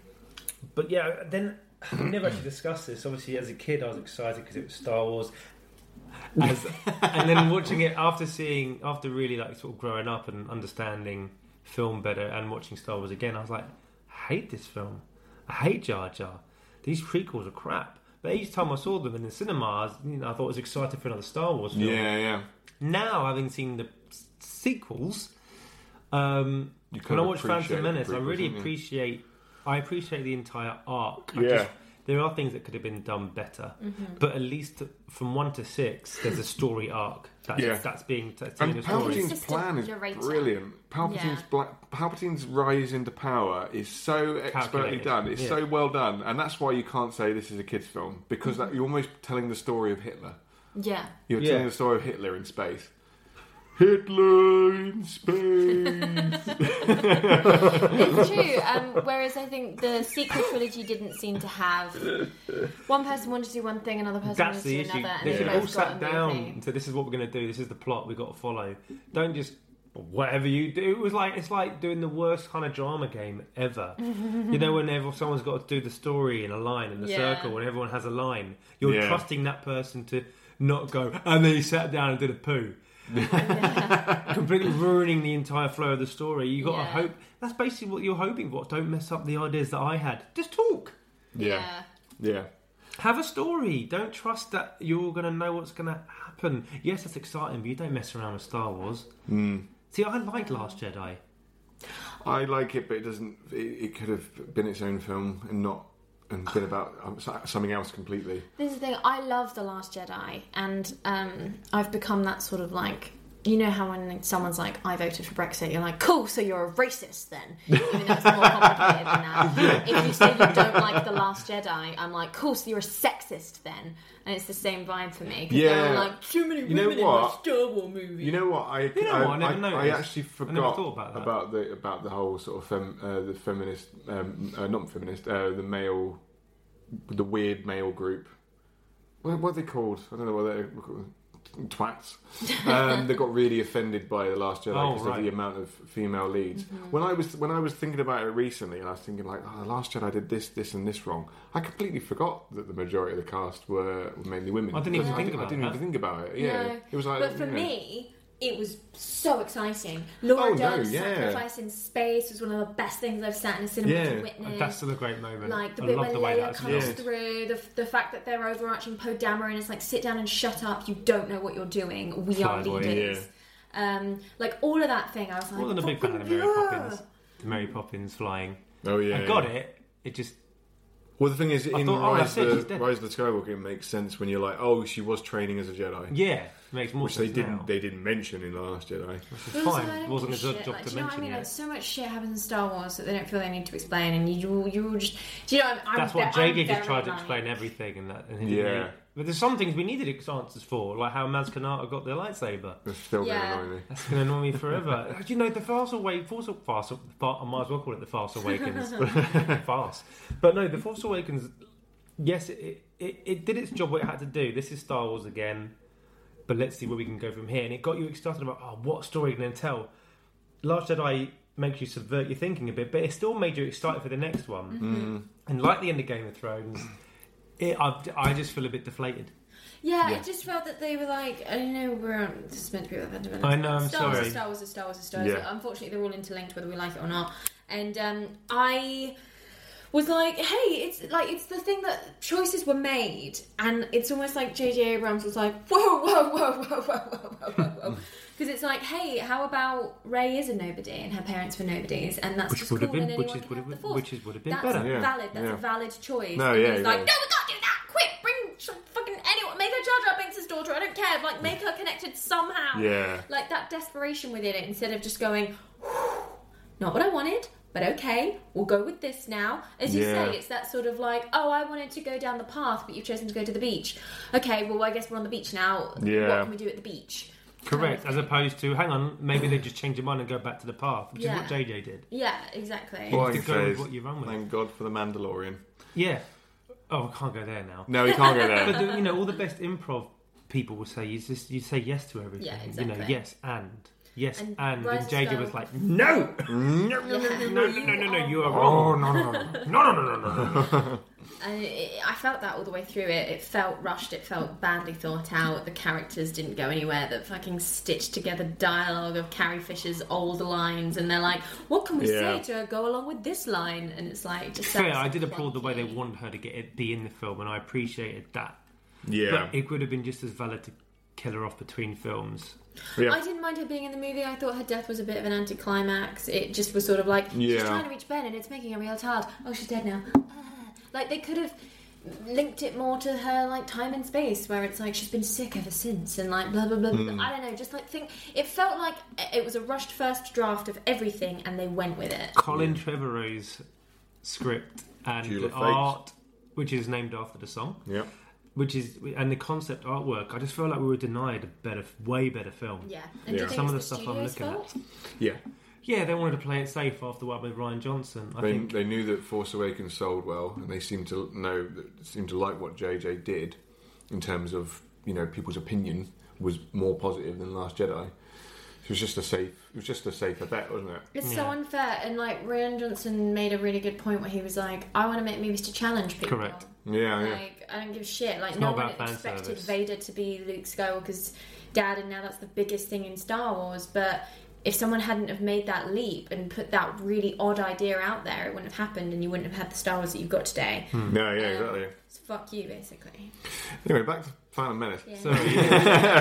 But yeah, then we never actually discussed this. Obviously, as a kid, I was excited because it was Star Wars. As, and then watching it after seeing, after really like sort of growing up and understanding film better and watching Star Wars again, I was like, I hate this film. I hate Jar Jar. These prequels are crap. But each time I saw them in the cinemas, you know, I thought I was excited for another Star Wars film.
yeah yeah.
Now, having seen the s- sequels, um,
You
when
kind
I
of
watch Phantom
appreciate
Menace,
the
I really
prequels, don't you?
appreciate. I appreciate the entire arc. I
Yeah.
just- there are things that could have been done better, but at least from one to six, there's a story arc. That's,
Yeah.
that's being that's telling
And
a story.
Palpatine's
Consistent
plan is
narrator.
brilliant. Palpatine's
Yeah.
bla- Palpatine's rise into power is so expertly
Calculated.
done. It's
Yeah.
so well done, and that's why you can't say this is a kids' film because that, you're almost telling the story of Hitler.
yeah.
You're
Yeah.
telling the story of Hitler in space. Hitler in space.
It's true. Um, whereas I think the sequel trilogy didn't seem to have one person wanted to do one thing, another person wanted
That's
to
the
do
issue.
another, and
They
then you
could have all
both got
sat down
amazing.
and said, "This is what we're going to do. This is the plot we've got to follow." Don't just whatever you do. It was like it's like doing the worst kind of drama game ever. you know, when everyone, someone's got to do the story in a line in the
Yeah.
circle, and everyone has a line. You're
Yeah.
trusting that person to not go, and then he sat down and did a poo. Completely ruining the entire flow of the story. You got to
Yeah.
hope. That's basically what you're hoping for. Don't mess up the ideas that I had. Just talk.
yeah, yeah.
Have a story. Don't trust that you're going to know what's going to happen. Yes, that's exciting, but you don't mess around with Star Wars.
Hmm.
See, I like Last Jedi.
Mm.
I like it, but it doesn't. It, it could have been its own film and not and been about um, so- something else completely.
This is the thing. I love The Last Jedi, and um, I've become that sort of like. You know how when someone's like, "I voted for Brexit," you're like, "Cool, so you're a racist then." Even though it's more complicated than that. If you say you don't like The Last Jedi, I'm like, "Cool, so you're a sexist then." And it's the same vibe for me. 'cause they're all
Yeah.
like too many
You know
women in my
what?
Star Wars movie.
You know what? I
know
I,
what? I never
I,
noticed.
actually
I never
forgot
thought about that.
the about the whole sort of fem, uh, the feminist, um, uh, not feminist, uh, the male, the weird male group. What, what are they called? I don't know what they're called. Twats. Um, they got really offended by the Last Jedi
Oh,
because of
right. Mm-hmm.
the amount of female leads. When I was when I was thinking about it recently, and I was thinking like, oh, the Last Jedi did this, this, and this wrong. I completely forgot that the majority of the cast were mainly women.
I didn't even
Because
think
di-
about
I didn't
that.
even think about it. Yeah,
No.
it was like.
but for
yeah.
me, it was so exciting. Laura
Oh, no,
Dern's
yeah.
sacrifice in space was one of the best things I've sat in a cinema
Yeah.
to witness.
That's still a great moment.
like the
I
bit
love
where
the way
Leia
that's
comes
filmed.
through, the, the fact that they're overarching Poe Dameron is like, sit down and shut up. You don't know what you're doing. We are
Flyboy,
leaders. Um, like all of that thing, I was like,
More than a big fan of
"Fucking
Mary
yeah."
Poppins. Mary Poppins flying.
Oh yeah,
I got
yeah.
it. It just
Well, the thing is, in
thought, oh,
Rise,
that's it,
of
he's
the,
dead.
Rise of the Skywalker, it makes sense when you're like, oh, she was training as a Jedi,
Yeah, makes more
which they
sense
didn't.
now.
They didn't mention in the Last Jedi.
Which
But
is
also,
fine.
I don't
It wasn't a
give a
job,
shit.
job
Like,
to
do you know what I
mention
mean? Like,
yet.
so much shit happens in Star Wars that they don't feel they need to explain, and you you just do you know? I'm, I'm
That's what
ve- I'm
JJ just
very
tried to
blind.
explain everything, and that. And he didn't
Yeah.
really- But there's some things we needed ex- answers for, like how Maz Kanata got their lightsaber.
That's still
Yeah.
going to annoy me.
That's going to annoy me forever. you know, the Fast Awakens, Force, Fast, Far, I might as well call it the Fast Awakens. fast. But no, the Force Awakens, yes, it, it, it did its job, what it had to do. This is Star Wars again, but let's see where we can go from here. And it got you excited about, oh, what story are you going to tell? Last Jedi makes you subvert your thinking a bit, but it still made you excited for the next one. And like the end of Game of Thrones, it, I, I just feel a bit deflated.
Yeah,
Yeah.
it just felt that they were like, I don't know, we're on, this is meant to be about the Phantom Menace.
I know, I'm
Star Wars
sorry.
is Star Wars is Star Wars is Star Wars.
Yeah.
Unfortunately, they're all interlinked, whether we like it or not. And um, I was like, hey, it's like it's the thing that choices were made, and it's almost like J.J. Abrams was like, whoa, whoa, whoa, whoa, whoa, whoa, whoa, whoa, whoa. Because it's like, hey, how about Ray is a nobody and her parents were nobodies, and that's
Which
just
would
cool,
have been-
and anyone
which is-
can
would
have
have-
the Force.
which is- would have been
that's
better.
Yeah,
valid. That's
yeah.
a valid choice.
No,
and
yeah,
he's like,
exactly.
no, we can't do that. Quick, bring some fucking anyone. Make her Jar Jar Binks' daughter. I don't care. Like, make her connected somehow.
Yeah.
Like that desperation within it, instead of just going, "Whew, not what I wanted, but okay, we'll go with this now. As you
Yeah.
say, it's that sort of like, oh, I wanted to go down the path, but you've chosen to go to the beach. Okay, well, I guess we're on the beach now.
Yeah.
What can we do at the beach?
Correct, as opposed to, hang on, maybe they just change their mind and go back to the path, which
Yeah.
is what JJ did.
Yeah, exactly.
You
All I
have
can
to go
say
with
is,
what you run with.
Thank God for the Mandalorian.
Yeah. Oh, I can't go there now.
No, you can't go
But
there.
the, you know, all the best improv people will say you just you say yes to everything.
Yeah,
You know,
exactly.
yes and yes
And
and and,
Rise of
JJ was
Skywalker-
like, no, no, no, no, no, no, no, no, no, you are wrong.
no, no, no.
No, no, no, no, no, no.
And it, I felt that all the way through it. It felt rushed. It felt badly thought out. The characters didn't go anywhere. That fucking stitched together dialogue of Carrie Fisher's old lines, and they're like, "What can we
Yeah.
say to go along with this line?" And it's like, just
Fair,
sounds
I did applaud the way they
clunky.
wanted her to get it, be in the film, and I appreciated that.
Yeah.
But it would have been just as valid to kill her off between films.
yeah.
I didn't mind her being in the movie. I thought her death was a bit of an anticlimax. It just was sort of like she's
Yeah.
trying to reach Ben and it's making her real tired. Oh, she's dead now. Ah. Like they could have linked it more to her like time and space, where it's like she's been sick ever since and like blah blah blah.
Hmm.
blah. I don't know. Just like think, it felt like it was a rushed first draft of everything, and they went with it.
Colin Trevorrow's script and
Jewel of
the
Fates.
art, which is named after the song.
yeah.
which is and the concept artwork. I just feel like we were denied a better, way better film.
Yeah. And do you
Yeah.
think
Some of
it's
the stuff I'm
studio's
looking at.
fault?
Yeah.
Yeah, they wanted to play it safe after what happened with Ryan Johnson. I
They,
think
they knew that Force Awakens sold well, and they seemed to know, seemed to like what JJ did in terms of you know people's opinion was more positive than Last Jedi. It was just a safe, it was just a safer bet, wasn't it?
It's so
Yeah.
unfair, and like Ryan Johnson made a really good point where he was like, "I want to make movies to challenge people."
Correct.
Oh, Yeah, yeah,
Like, I don't give a shit. Like, no
not
one
about fan
expected
service.
Vader to be Luke Skywalker's dad, and now that's the biggest thing in Star Wars. But if someone hadn't have made that leap and put that really odd idea out there, it wouldn't have happened, and you wouldn't have had the Star Wars that you've got today. Um,
no, Hmm. yeah, exactly.
So fuck you, basically.
Anyway, back to Phantom Menace.
Yeah.
so.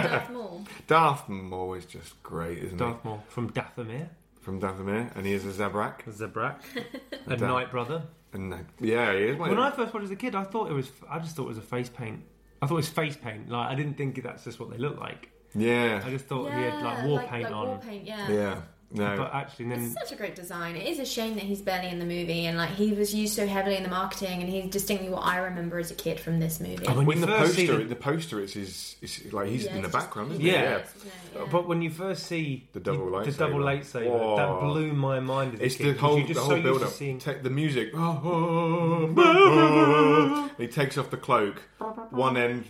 Darth Maul.
Darth Maul is just great, isn't
Darth Maul from Dathomir,
he? From Dathomir, and he is a Zabrak.
Zabrak, a Night Brother.
And uh, yeah, he is.
When I first watched it as a kid, I thought it was. I just thought it was a face paint. I thought it was face paint. Like I didn't think that's just what they look like. I
yeah,
just thought he had like war paint
like
on.
War paint, yeah.
yeah, no,
But actually,
It's
then
such a great design. It is a shame that he's barely in the movie, and like he was used so heavily in the marketing, and he's distinctly what I remember as a kid from this movie.
Oh, when
Well, in
you
the
first see
poster,
the-
in the poster, it's his, it's like he's
Yeah,
in the
it's just-
background, isn't
Yeah.
he?
Yeah. But when you first see
The double
the
lightsaber.
double lightsaber,
Whoa.
that blew my mind. As a
It's
kid,
the
'cause
whole,
you're
the
just
whole
so
build
used
up.
to seeing Ah,
Take the music. and he takes off the cloak, one end,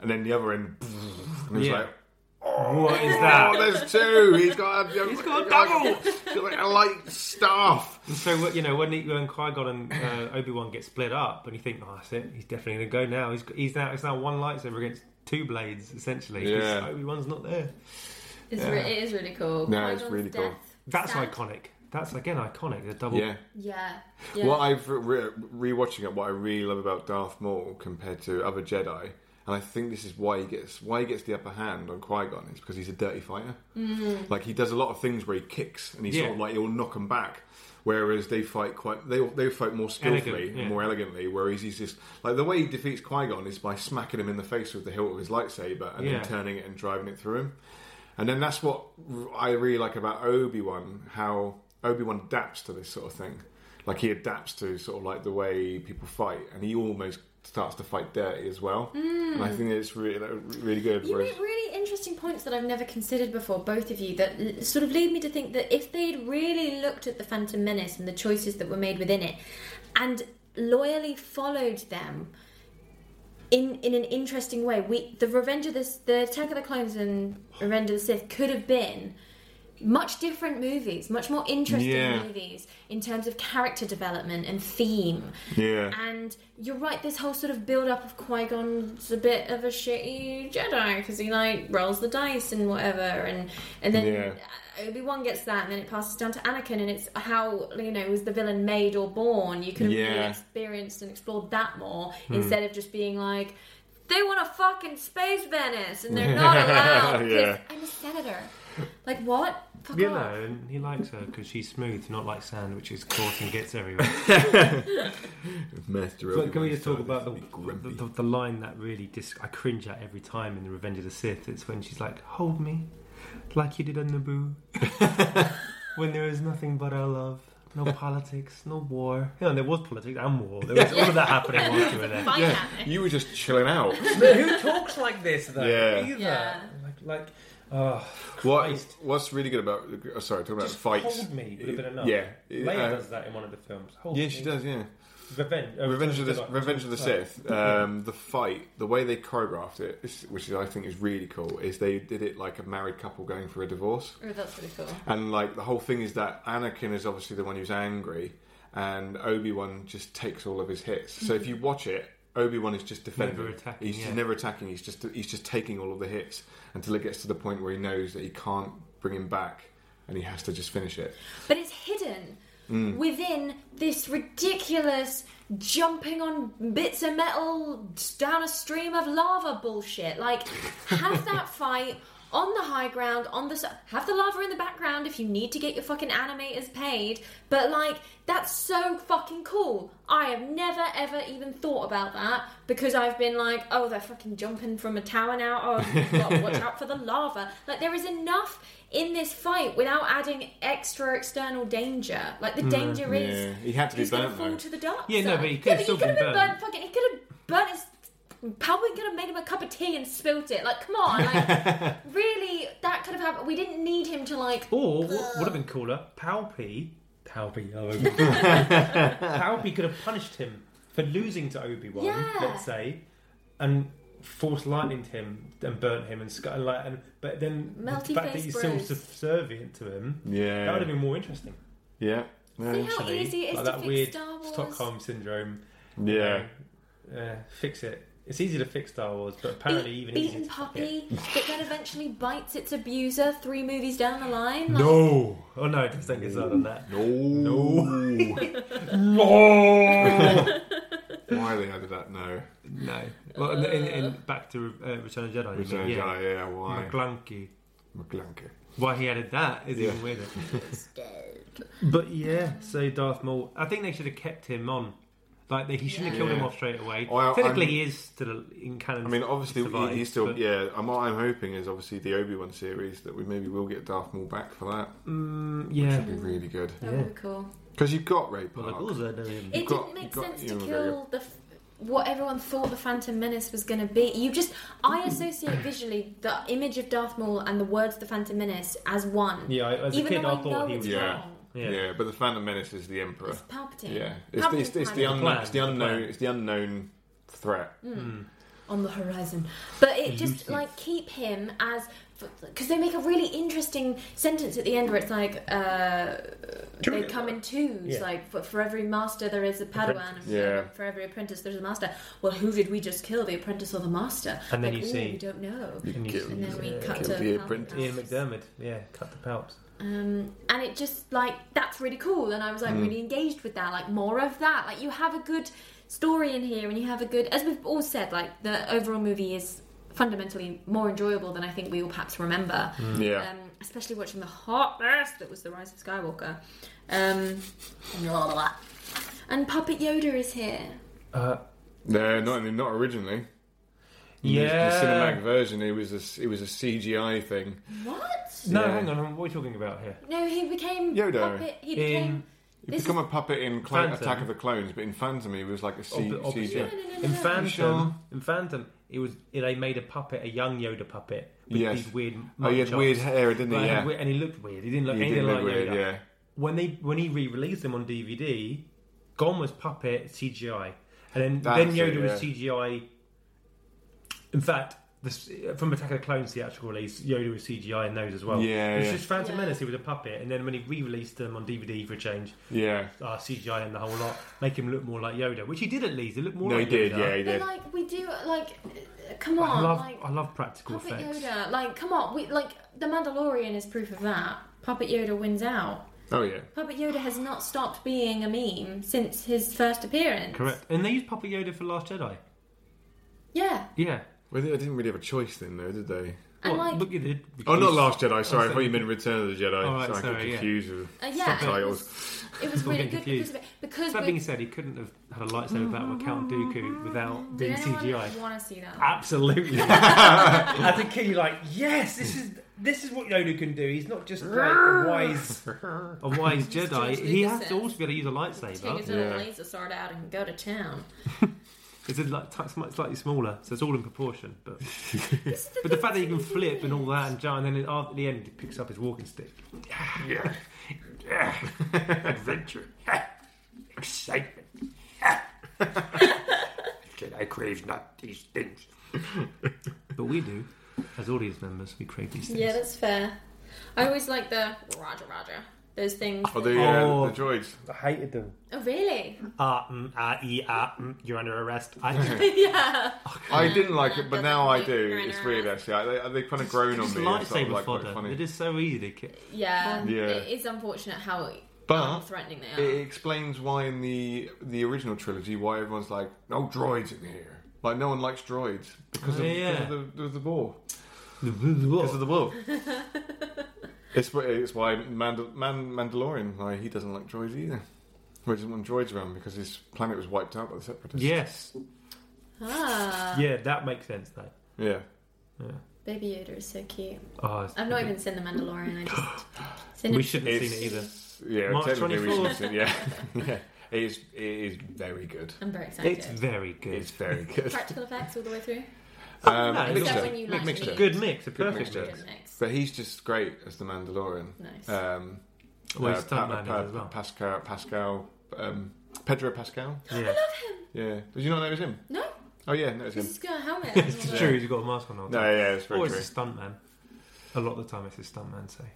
and then the other end. And he's
Yeah.
like,
what is
oh,
that?
there's two. He's got a,
He's got a double.
He's got like a light staff.
So what- you know when he- when Qui Gon and uh, Obi Wan get split up, and you think, oh, that's it. He's definitely going to go now. He's he's now it's now one lightsaber against two blades essentially.
Yeah.
Obi Wan's not there.
It's re- it is really cool.
No, it's
Qui-Gon's
really cool.
death
That's
sound-
iconic. That's again iconic. The double.
Yeah.
Yeah. yeah.
What I've re- rewatching it, what I really love about Darth Maul compared to other Jedi And I think this is why he gets why he gets the upper hand on Qui Gon is because he's a dirty fighter. Like he does a lot of things where he kicks and he's
Yeah.
sort of like he'll knock them back. Whereas they fight quite they they fight more skillfully
Elegant, yeah.
and more elegantly. Whereas he's just like the way he defeats Qui Gon is by smacking him in the face with the hilt of his lightsaber and
Yeah.
then turning it and driving it through him. And then that's what r- I really like about Obi Wan, how Obi Wan adapts to this sort of thing. Like he adapts to sort of like the way people fight, and he almost starts to fight dirty as well. And I think it's really really good.
You
whereas-
made really interesting points that I've never considered before, both of you, that l- sort of lead me to think that if they'd really looked at the Phantom Menace and the choices that were made within it and loyally followed them in in an interesting way, we the Revenge of the S- the Attack of the Clones and Revenge of the Sith could have been much different movies, much more interesting
Yeah.
movies in terms of character development and theme.
yeah,
And you're right, this whole sort of build up of Qui Gon's a bit of a shitty Jedi because he like rolls the dice and whatever, and and then
Yeah.
Obi Wan gets that, and then it passes down to Anakin, and it's how you know was the villain made or born? You could have really
Yeah. Hmm.
experienced and explored that more instead of just being like. They want a fucking space Venice and they're not allowed. 'cause
Yeah.
I'm a senator. Like, what? Fuck
You
off.
know, and he likes her because she's smooth, not like sand, which is coarse and gets everywhere.
Master.
But can we just talk
Obi-Wan
about
started
the,
to be grumpy.
the, the, the line that really dis- I cringe at every time in The Revenge of the Sith? It's when she's like, "Hold me, like you did on Naboo, when there is nothing but our love." No politics, no war. You know, there was politics and war. There was all of that happening whilst you were there.
Fine,
yeah,
Anakin.
you were just chilling out.
But who talks like this though?
Yeah.
Either.
Yeah.
Like, like, oh,
What,
Christ.
what's really good about? oh, Sorry, talking about fights.
Hold me would have been enough.
Yeah,
Leia
Uh,
does that in one of the films. Hold
yeah,
me.
she does. Yeah.
Revenge, uh,
Revenge of the
Jedi-
Revenge of the
Sorry.
Sith. Um, the fight, the way they choreographed it, is- which I think is really cool, is they did it like a married couple going for a divorce,
Oh, that's really cool.
and like the whole thing is that Anakin is obviously the one who's angry, and Obi Wan just takes all of his hits. So if you watch it. Obi Wan is just defending.
Never attacking,
he's just
yeah.
never attacking. He's just he's just taking all of the hits until it gets to the point where he knows that he can't bring him back, and he has to just finish it.
but it's hidden within this ridiculous jumping on bits of metal down a stream of lava bullshit. Like, have that fight on the high ground, on the s- have the lava in the background if you need to get your fucking animators paid. But like, that's so fucking cool. I have never ever even thought about that because I've been like, oh, they're fucking jumping from a tower now. Oh, you've got to watch out for the lava. Like, there is enough in this fight without adding extra external danger. Like, the danger is
Yeah, he had to be
he's going
burnt
to fall
though.
to the dark
Yeah, no,
side.
but he could've
but
still
he could've
been
been
burnt.
burnt. Fucking, he could have burnt his. Probably could have made him a cup of tea and spilt it. Like, come on, like, really, that could have happened. We didn't need him to like.
Or what would have been cooler, Palpy. Palpy, oh, Obi- Palpy could have punished him for losing to Obi Wan,
Yeah.
let's say, and force lightning him and burnt him and sc- and like, and, but then the
Melty
fact that
face
he's still
bros.
subservient to him,
Yeah,
that would have been more interesting.
yeah, No,
See how
actually.
easy it is
like
to
that
fix
weird
Star Wars.
Stockholm syndrome. you
yeah.
know, uh, fix it. It's easy to fix Star Wars, but apparently
Be-
even easier
beaten
to fuck it.
puppy that then eventually bites its abuser three movies down the line. Like,
No, oh no, it doesn't get started on that.
No. Why they added that? No.
No. Well, and, and, and back to uh, Return of the Jedi. you
Return
mean,
of the Jedi, Mm, yeah, why?
McGlunky.
McGlanker.
Why he added that is even weirder. but yeah, so Darth Maul. I think they should have kept him on. Like they, he shouldn't have killed him
Yeah.
off straight away.
Well,
Technically,
I'm-
he is still in canon.
I mean, obviously,
survived,
he, he's still,
but-
yeah. And what I'm hoping is obviously the Obi Wan series that we maybe will get Darth Maul back for that.
Mm, yeah.
That'd be really good.
That would be cool.
Because you've got Ray
Mm-hmm. Well,
Park.
the ghouls are doing-
It
got-
didn't make
you got
sense to
Ewan
kill the f- what everyone thought the Phantom Menace was going to be. You just I associate visually the image of Darth Maul and the words "the Phantom Menace" as one.
Yeah, I- as a
even
kid,
though
I thought
know
he
it's
was-
yeah.
wrong.
Yeah.
yeah, But the Phantom Menace is the Emperor.
It's Palpatine.
yeah, it's the,
Palpatine's
it's, the- it's the
plan
unknown. It's the
Plan.
unknown. It's the unknown threat.
on the horizon, but it just like keep him as because they make a really interesting sentence at the end where it's like uh, they come in twos.
Yeah.
Like for, for every master there is a Padawan, and for,
Yeah.
for every apprentice there's a master. Well, who did we just kill, the apprentice or the master?
And then
Like,
you
"Ooh,
see-
we don't know.
And you
Killed-
And then we cut
killed
to
the
Palpatine.
apprentice.
Ian McDermott, yeah, cut the palps.
Um, and it just like that's really cool, and I was like really engaged with that. Like more of that. Like you have a good story in here, and you have a good. As we've all said, like the overall movie is fundamentally more enjoyable than I think we all perhaps remember.
Mm-hmm.
Yeah.
Um, especially watching the hot mess that was the Rise of Skywalker. Um, blah, blah, blah. and Puppet Yoda is here.
Uh,
No, not not originally. The-
yeah.
The cinematic version. It was a it was a CGI thing.
What?
No,
Yeah.
hang on. What are you talking about here?
No, he became
Yoda.
Puppet. He became.
In
He
This
become a puppet in Clo-
Phantom.
Attack of the Clones, but in Phantom he was like a C-
Ob- obviously.
CGI.
in Phantom,
sure?
in Phantom, it was they made a puppet, a young Yoda puppet with
Yes.
these weird.
Oh, he had
mug
weird
shots.
hair, didn't he?
Right,
Yeah.
and we- and he looked weird. He didn't look
He
anything
did
like
look weird,
Yoda.
yeah.
When they when he re-released them on DVD, Gone was puppet CGI, and then
That's
then Yoda
it,
was
yeah.
CGI. In fact, this, from Attack of the Clones, the actual release, Yoda was CGI in those as well.
Yeah,
it was
yeah.
just Phantom
Yeah.
Menace. He was a puppet, and then when he re-released them on DVD for a change,
Yeah.
uh, CGI and the whole lot, make him look more like Yoda, which he did at least. He looked more
No, he
like
did.
Yoda.
Yeah, he
But
did.
like we do, like, uh, come on,
I love
like
I love practical
Puppet
effects.
Yoda, like, come on, we like the Mandalorian is proof of that. Puppet Yoda wins out.
Oh yeah.
Puppet Yoda has not stopped being a meme since his first appearance.
Correct, and they used Puppet Yoda for Last Jedi.
Yeah,
Yeah,
Well, they they didn't really have a choice then, though, did they?
and
Well,
like,
look, you did-
Oh, not
because-
Last Jedi. Sorry, I
Oh,
thought you meant Return of the Jedi.
All right,
so I got
sorry, yeah.
confused with
uh, yeah, it
subtitles.
was, it was
People
really good
get
because
confused.
of it. Because
That
we-
being said, he couldn't have had a lightsaber battle with Count
Mm-hmm.
Dooku without
did
being
anyone
CGI.
want to see that?
Ah, Absolutely. As a kid, you're like, yes, this is this is what Yoda can do. He's not just like a wise, a wise Jedi.
George
He has
Lucas.
to also be able to use a
Take his
lightsaber.
little
Yeah.
laser sword out and go to town.
It's a, like, t- slightly smaller, so it's all in proportion. But
This is
but the fact that he
thing
can
with
flip and
it.
all that, and John, and then at the end, he picks up his walking stick.
Yeah. Yeah. Adventure. Excitement. Said I crave not these things.
But we do, as audience members, we crave these things.
Yeah, that's fair. I always like the Roger, Roger. Those things.
Oh, the,
Oh.
uh, the droids.
I hated them.
Oh, really?
Ah, mm, ah, ee, ah, mm, you're under arrest. I,
yeah.
I didn't like it, but now I do.
Growing
It's weird,
around.
actually. I, they, they've kind of grown on
it's
me. It's sort of,
lightsaber
like, quite
fodder.
funny.
It is so easy to kill.
Yeah.
Yeah.
It is unfortunate how
But-
threatening they
It
are.
explains why in the the original trilogy why everyone's like no droids in here. Like no one likes droids because,
Oh,
of,
yeah.
because of the, the, the war. Because of
The
the war. it's wh- it's why Mandal- Man- Mandalorian why he doesn't like droids either. He doesn't want droids around because his planet was wiped out by the separatists.
yes.
Ah,
Yeah, that makes sense though.
Yeah.
Baby Yoda is so cute.
Oh, it's-
I've not even seen The Mandalorian. I just seen
we
it.
shouldn't have seen it either.
Yeah.
March
technically we
24th.
shouldn't say- Yeah. yeah. It is. It is very good.
I'm very excited.
It's very good.
It's very good.
Practical effects all the way through.
Um,
No, it's
Is
Mixture.
that when you like
a
Mixture.
meat?
good mix, a
Good
perfect
mixture.
mix.
Good mix.
But he's just great as the Mandalorian.
Nice.
Um,
Well,
uh,
it's done
Pa-
man
Pa-
as well.
Pascal, Pascal, um, Pedro Pascal.
Yeah,
Yeah. Did you not know it was him?
No,
Oh yeah, no, it's him.
this is got a helmet. Oh
it's true. He's got a mask on. all the
No,
time.
yeah, it's very
Or it's
true.
a stunt man. A lot of the time, it's a stunt man. So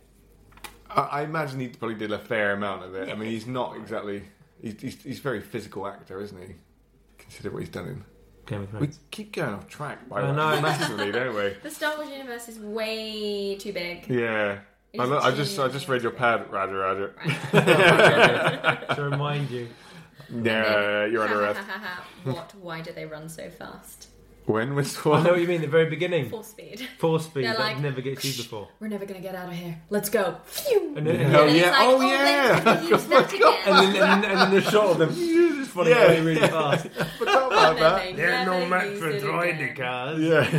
I, I imagine he probably did a fair amount of it. I mean, he's not exactly. He's, he's, he's a very physical actor, isn't he? Consider what he's done in.
Game of
We
Thrones.
keep going off track by
I know.
massively, don't we?
The Star Wars universe is way too big.
Yeah. I,
It's
lo- I
too
just I just read your pad, Roger, Roger.
to remind you,
Yeah, you're
Ha,
under
ha,
arrest.
ha, ha, ha. What? Why do they run so fast?
When was
I know
what?
what you mean. The very beginning,
Full speed.
four speed
They're
that
like-
never gets used before.
We're never gonna get out of here. Let's go. Phew.
And then,
Oh,
And it's
yeah.
like,
Oh,
they
yeah. Oh
couldn't use that again.
and then, and, and then the shot of them is funny
Yeah.
going really fast.
Forgot about that.
They never use it again.
cars.
Yeah.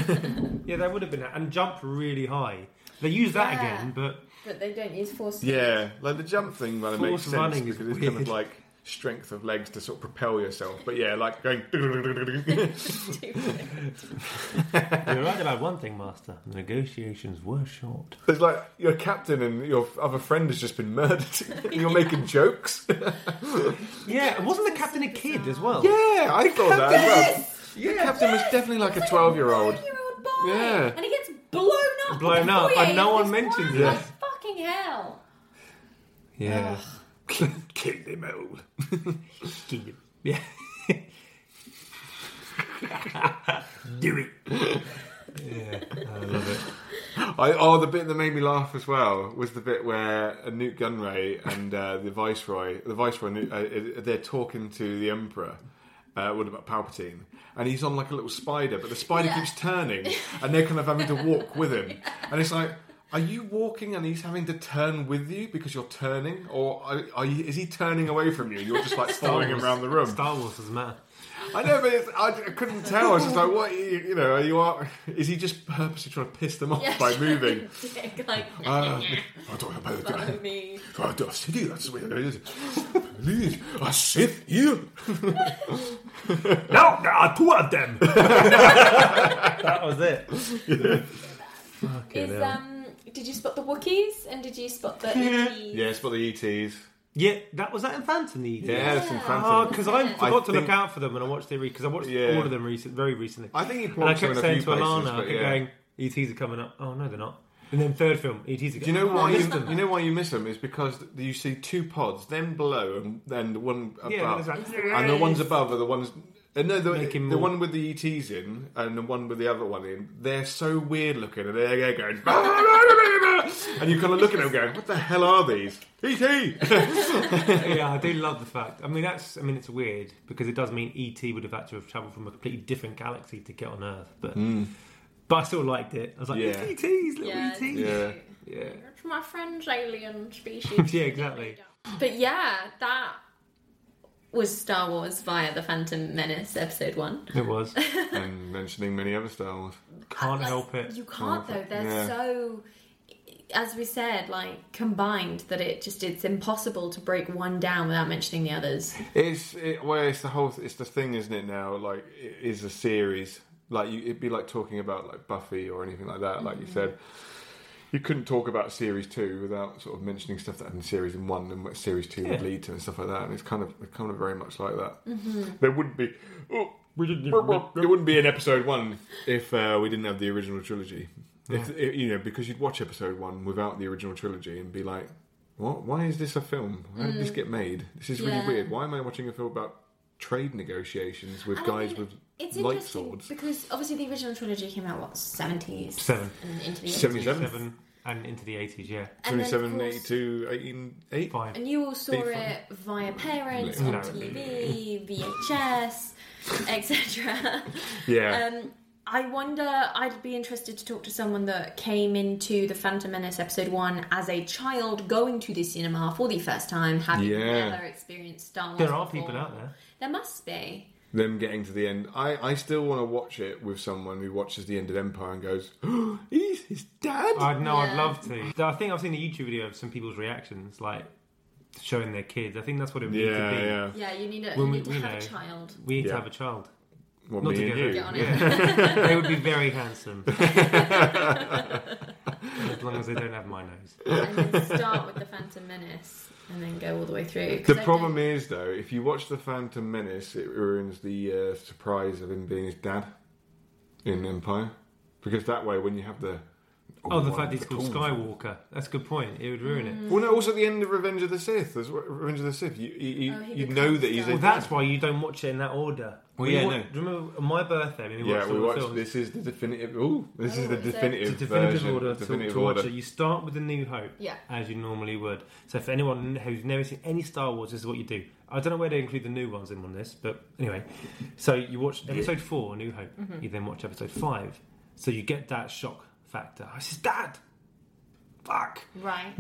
Yeah, that would have been and jump really high. They use that
Yeah.
again, but
But they don't use force.
Yeah, like the jump thing kind of
Force
makes sense
running is
because it's kind
weird.
of like strength of legs to sort of propel yourself. But yeah, like going.
you're right about one thing, Master. The negotiations were short.
It's like your captain and your other friend has just been murdered. and You're making jokes.
Yeah, and wasn't the captain a kid as well?
Yeah, I thought that as well.
Yes!
The captain was definitely like a twelve-year-old.
Year old boy.
Yeah.
And he gets blown
blown up, and no one
This
mentions
one,
it.
Like, fucking hell.
Yeah.
Kill them all. Kill them.
Yeah.
Do it.
yeah. I love it.
I, oh, the bit that made me laugh as well was the bit where uh, Newt Gunray and uh, the Viceroy, the Viceroy, Newt- uh, uh, they're talking to the Emperor. Uh, what about Palpatine? And he's on like a little spider, but the spider keeps turning, and they're kind of having to walk with him. And it's like, are you walking and he's having to turn with you because you're turning, or are, are you, is he turning away from you? You're just like following him around the room.
Star Wars doesn't matter.
I know, but it's, I, I couldn't tell. I was just like, what? You, you know, are you are? Is he just purposely trying to piss them off by moving?
Dick, like,
Ah.
Uh, I don't have a-
follow me.
I don't see you, that's the way it is. Please, I sit here.
No, there are two of them.
That was it.
Is, um, did you spot the Wookiees and did you spot the E ETs?
Yeah, it's for the ETs.
Yeah, that was that in Fantasy.
Yeah, it's in Frampton.
Oh, because I forgot to
think-
look out for them when I watched the because I watched
Yeah.
all of them recent, very recently.
I think he
and I
plonked
kept
them in a
saying
few
to
places,
Alana, I
but
kept
yeah.
going, "ETs are coming up." Oh no, they're not. And then third film, ETs are. Oh,
Do you know why
I
you,
missed them.
you know why you miss them? Is because you see two pods, them below, and then the one above,
Yeah, and it's like-
and the ones above are the ones. uh, no, the,
Making
the
more-
one with the ETs in and the one with the other one in, they're so weird looking, and they're going, and you kind of look at them going, "What the hell are these?" E ET.
yeah, I do love the fact. I mean, that's. I mean, it's weird because it does mean ET would have had to have travelled from a completely different galaxy to get on Earth, but but I still liked it. I was like,
Hmm.
E
Yeah.
"It's ETs, little
Yeah,
ETs."
yeah.
Yeah.
It's my friend's alien species.
Yeah, exactly.
But yeah, that was Star Wars via The Phantom Menace episode one.
It was.
and mentioning many other Star Wars.
Can't
Like,
help it.
You can't though. They're
Yeah.
so, as we said, like combined that it just it's impossible to break one down without mentioning the others.
It's it, well, it's the whole, it's the thing, isn't it? Now, like, it is a series. Like, you, it'd be like talking about like Buffy or anything like that. Like you said, you couldn't talk about series two without sort of mentioning stuff that happened in series one and what series two would
Yeah.
lead to and stuff like that. And it's kind of, it's kind of very much like that.
Mm-hmm.
There wouldn't be. Oh,
We didn't even-
it wouldn't be in episode one if uh, we didn't have the original trilogy. If, i you know, because you'd watch episode one without the original trilogy and be like, "What? Why is this a film? How did this get made? This is really
Mm. Yeah.
weird. Why am I watching a film about trade negotiations with
And I
guys
mean,
with
it's
light
interesting
swords?"
because obviously the original trilogy came out what seventies
Seven.
and into the 80s.
77,
Seven and into the eighties. Yeah.
And then, of
27,
course,
82, 88.
Five.
And you all saw
Big fun.
it via parents,
No.
on TV, VHS, etc.
Yeah.
Um, I wonder, I'd be interested to talk to someone that came into The Phantom Menace Episode 1 as a child going to the cinema for the first time, having
Yeah.
never experienced Star Wars.
There are
before.
people out there.
There must be.
them getting to the end. I, I still want to watch it with someone who watches the end of Empire and goes, oh, "He's his dad."
I'd know. I'd
Yeah.
love to. I think I've seen a YouTube video of some people's reactions, like showing their kids. I think that's what it would need
yeah,
to be.
yeah.
Yeah, you need, a, you
When we-
need to
you
have
know.
a child.
We need
Yeah.
to have a child.
What
Not
me and
together.
you?
Get on it.
Yeah. they would be very handsome. as long as they don't have my nose.
and then start with The Phantom Menace and then go all the way through. 'Cause
The
I
problem
don't-
is, though, if you watch The Phantom Menace, it ruins the uh, surprise of him being his dad in Empire. Because that way, when you have the.
Oh, the fact he's
the Mm.
called
tall-
Skywalker. That's a good point. It would ruin it.
Well, no, also at the end of Revenge of the Sith. There's Revenge of the Sith. You, you, you,
Oh, he
you
becomes
know that he's
Skywalker.
a.
Well, that's why you don't watch it in that order.
Well,
We
yeah,
wa-
no.
Do you remember on my birthday when we
yeah,
watched all
we
the
watched.
films?
This is the definitive. Ooh, this is the
Oh, so-
The
definitive,
definitive
version.
order to,
definitive
to
order.
watch it. You start with the New Hope,
Yeah.
as you normally would. So, for anyone who's never seen any Star Wars, this is what you do. I don't know where they include the new ones in on this, but anyway. So you watch Episode Four, New Hope.
Mm-hmm.
You then watch Episode Five, so you get that shock factor. I says, Dad, fuck,
Right.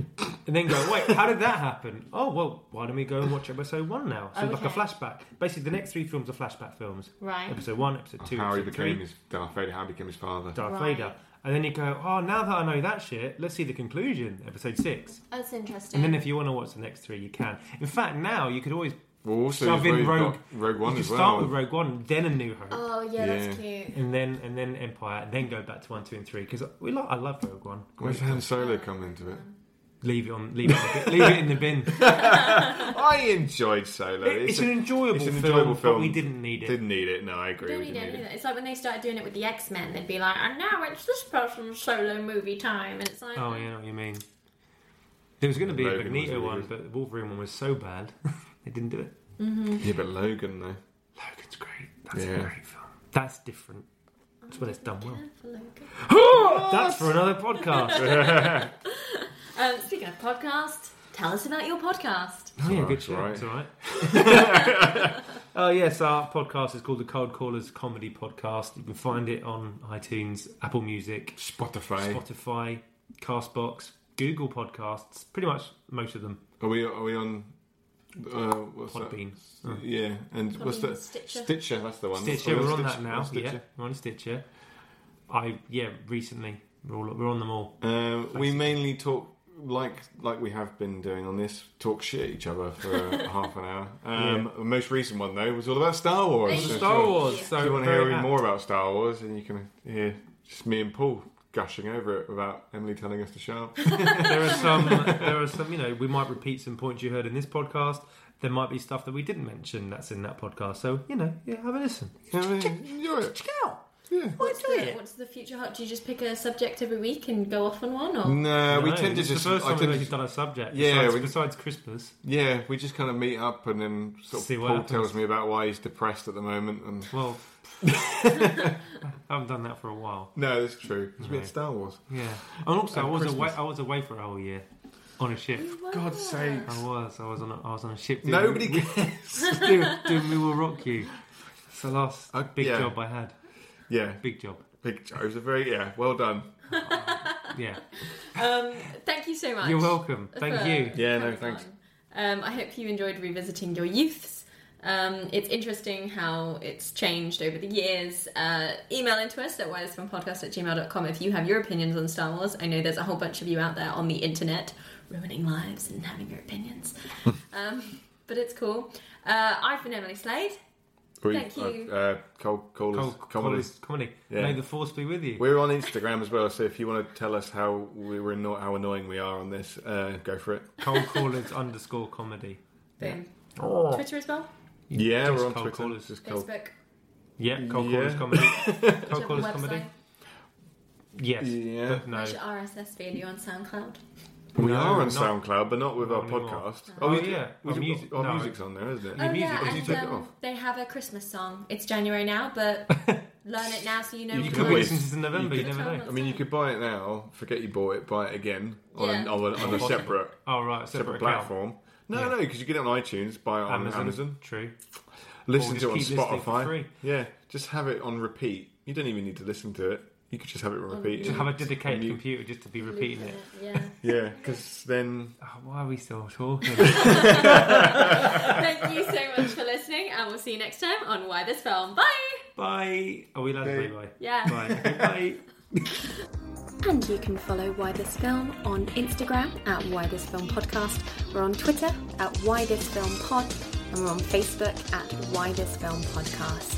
and then go, wait, how did that happen? Oh well, why don't we go and watch Episode One now? So like a
Okay.
flashback. Basically, the next three films are flashback films.
Right.
Episode One, Episode Two,
How he
Episode Three.
became his Darth Vader. How he became his father.
Darth
Right.
Vader. And then you go, oh, now that I know that shit, let's see the conclusion, episode six.
That's interesting.
And then if you want to watch the next three, you can. In fact, now you could always
Well, also,
shove
he's
in
got
Rogue.
Rogue One
you could
as
start
well.
with Rogue One, then A New Hope,
oh, yeah, that's cute.
and then and then Empire, and then go back to one, two, and three because we like. I love Rogue One.
Where's Han Solo come into it?
leave it on, leave it, on the, bin- leave it in the bin.
I enjoyed Solo.
It- it's an enjoyable
it's
film, but we didn't need it.
Didn't need it. No, I agree.
Don't
we
need
didn't
it
need
either. It's like when they started doing it with the X Men, they'd be like, and now it's this person's solo movie time. And it's like,
Oh, yeah, I know what you mean. There was going to be a
Logan was
Magneto
really
one,
good.
but the Wolverine one was so bad, they didn't do it.
Yeah, but Logan though.
Logan's great. That's a
Yeah.
great film. That's different. That's when it's done well.
for Logan.
That's for another podcast.
Um, speaking of podcast, tell us about your podcast.
oh, yeah,
alright,
good
it's
show.
alright.
It's all right. Oh, yes, our podcast is called the Cold Callers Comedy Podcast. You can find it on iTunes, Apple Music,
Spotify.
Spotify, Castbox, Google Podcasts, pretty much most of them.
Are we? Are we on? Uh, what's that?
Podbean.
Yeah, and what's
Podbean,
that?
Stitcher.
Stitcher. That's the one.
Stitcher,
That's
we're
the
on
one.
that now.
Stitcher.
Yeah, we're on Stitcher. I yeah, recently we're all, we're on them all.
Um, we mainly talk like like we have been doing on this. Talk shit at each other for half an hour. Um, The most recent one though was all about Star Wars.
Thank
So
Star
if you-
Wars. So
If you want to
very
hear any
apt.
more about Star Wars, then you can hear just me and Paul gushing over it about Emily telling us to shut up.
There are some. there are some. You know, we might repeat some points you heard in this podcast. There might be stuff that we didn't mention that's in that podcast. So you know, yeah, have a listen.
Yeah, I mean, Enjoy it. Yeah.
What's the, what's the future hot? Do you just pick a subject every week and go off on one?
Mm,
Or
No, we
No,
tend to
this is
just.
the first time
I
we've
tend to
actually
just
done a subject.
Yeah,
besides,
we-
besides Christmas.
yeah, we just kind of meet up and then sort of
See what
Paul
happens.
tells me about why he's depressed at the moment. And
Well, I haven't done that for a while.
no, that's true. 'cause We had Star Wars.
Yeah, and also
And
I was
Christmas.
away. I was away for a whole year on a ship.
God's sake!
I was. I was on. A, I was on a ship. doing-
Nobody cares.
do, do We Will Rock You. It's the last
Uh,
big
yeah.
job I had.
yeah,
Big job.
Big Joe's a very yeah. Well done.
Yeah.
um, thank you so much.
You're welcome. Thank
for
you.
Yeah, no,
coming
thanks.
on. Um, I hope you enjoyed revisiting your youths. Um, it's interesting how it's changed over the years. Uh, email into us at wirelessfunpodcast at gmail.com if you have your opinions on Star Wars. I know there's a whole bunch of you out there on the internet ruining lives and having your opinions. um, but it's cool. Uh, I've been Emily Slade.
We-
Thank you.
Uh, uh, Cole,
Cole,
Cole, is comedy.
Cole's comedy.
Yeah.
May the force be with you.
We're on Instagram as well, so if you want to tell us how we were anno- how annoying we are on this, uh, go for it.
Cole Callers underscore comedy.
Boom. um,
Oh.
Twitter as well.
Yeah,
Just
we're on
Cole
Twitter.
Callers.
Just Cole.
Facebook.
Yeah, Cole
Yeah.
Callers comedy. Cole
Do you
Callers
have a
comedy.
website?
Yes.
Yeah.
But no. Oh,
Where's your RSS feed? Are you on SoundCloud?
We
No,
are
not-
on SoundCloud, but not with our
not anymore.
podcast.
Oh,
we-
yeah.
we-
Our music-
our
no.
music's on there, isn't it?
Your
oh,
music,
yeah,
did you
and
take it
um,
off?
they have a Christmas song. It's January now, but learn it now so you know.
You
when
You
could
could
we're-
wait since it's in November, you,
could
never
tell
know.
us.
I mean, you could buy it now, forget you bought it, buy it again on,
Yeah.
on, a, on a
Possible.
separate,
Oh, right, separate,
separate
account.
platform. No, no, because you get it on iTunes, buy it on Amazon,
Amazon. True. Or
listen
just
to it on
keep listening for
Spotify.
free.
Yeah, just have it on repeat. You don't even need to listen to it. You could just have it on repeat.
Just have a
And
dedicated
you-
computer just to be repeating it.
Yeah.
Yeah, because then
Oh, why are we still talking?
Thank you so much for listening, and we'll see you next time on Why This Film. Bye.
bye. Are we allowed to say bye?
Yeah.
Bye. Okay, bye.
And you can follow Why This Film on Instagram at Why This Film Podcast. We're on Twitter at Why This Film Pod, and we're on Facebook at Why This Film Podcast.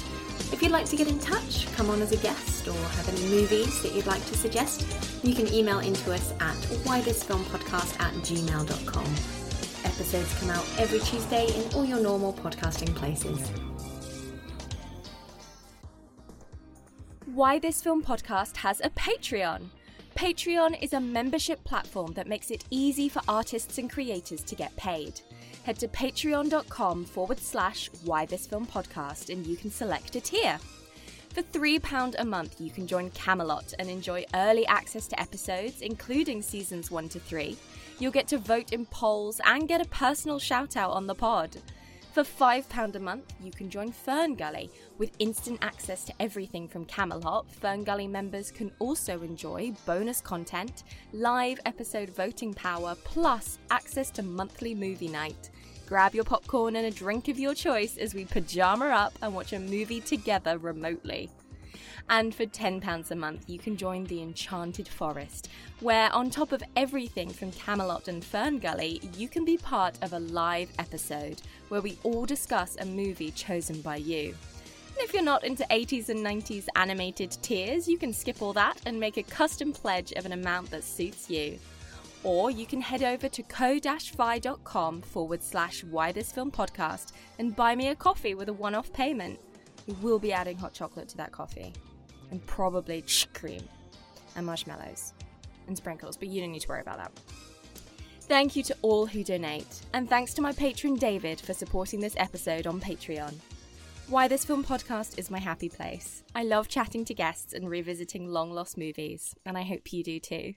If you'd like to get in touch, come on as a guest, or have any movies that you'd like to suggest, you can email into us at whythisfilmpodcast at gmail.com. Episodes come out every Tuesday in all your normal podcasting places.
Why This Film Podcast has a Patreon. Patreon is a membership platform that makes it easy for artists and creators to get paid. Head to patreon.com forward slash Why This Film Podcast and you can select a tier. For £3 a month, you can join Camelot and enjoy early access to episodes, including seasons 1 to 3. You'll get to vote in polls and get a personal shout out on the pod. For £5 a month, you can join Fern Gully with instant access to everything from Camelot. Fern Gully members can also enjoy bonus content, live episode voting power, plus access to monthly movie night. Grab your popcorn and a drink of your choice as we pajama up and watch a movie together remotely. And for £10 a month, you can join the Enchanted Forest, where, on top of everything from Camelot and Fern Gully, you can be part of a live episode where we all discuss a movie chosen by you. And if you're not into 80s and 90s animated tiers, you can skip all that and make a custom pledge of an amount that suits you. or you can head over to co-fi.com forward slash why this film podcast and buy me a coffee with a one-off payment. We will be adding hot chocolate to that coffee and probably cream and marshmallows and sprinkles, but you don't need to worry about that. Thank you to all who donate, and thanks to my patron David for supporting this episode on Patreon. Why This Film Podcast is my happy place. I love chatting to guests and revisiting long lost movies, and I hope you do too.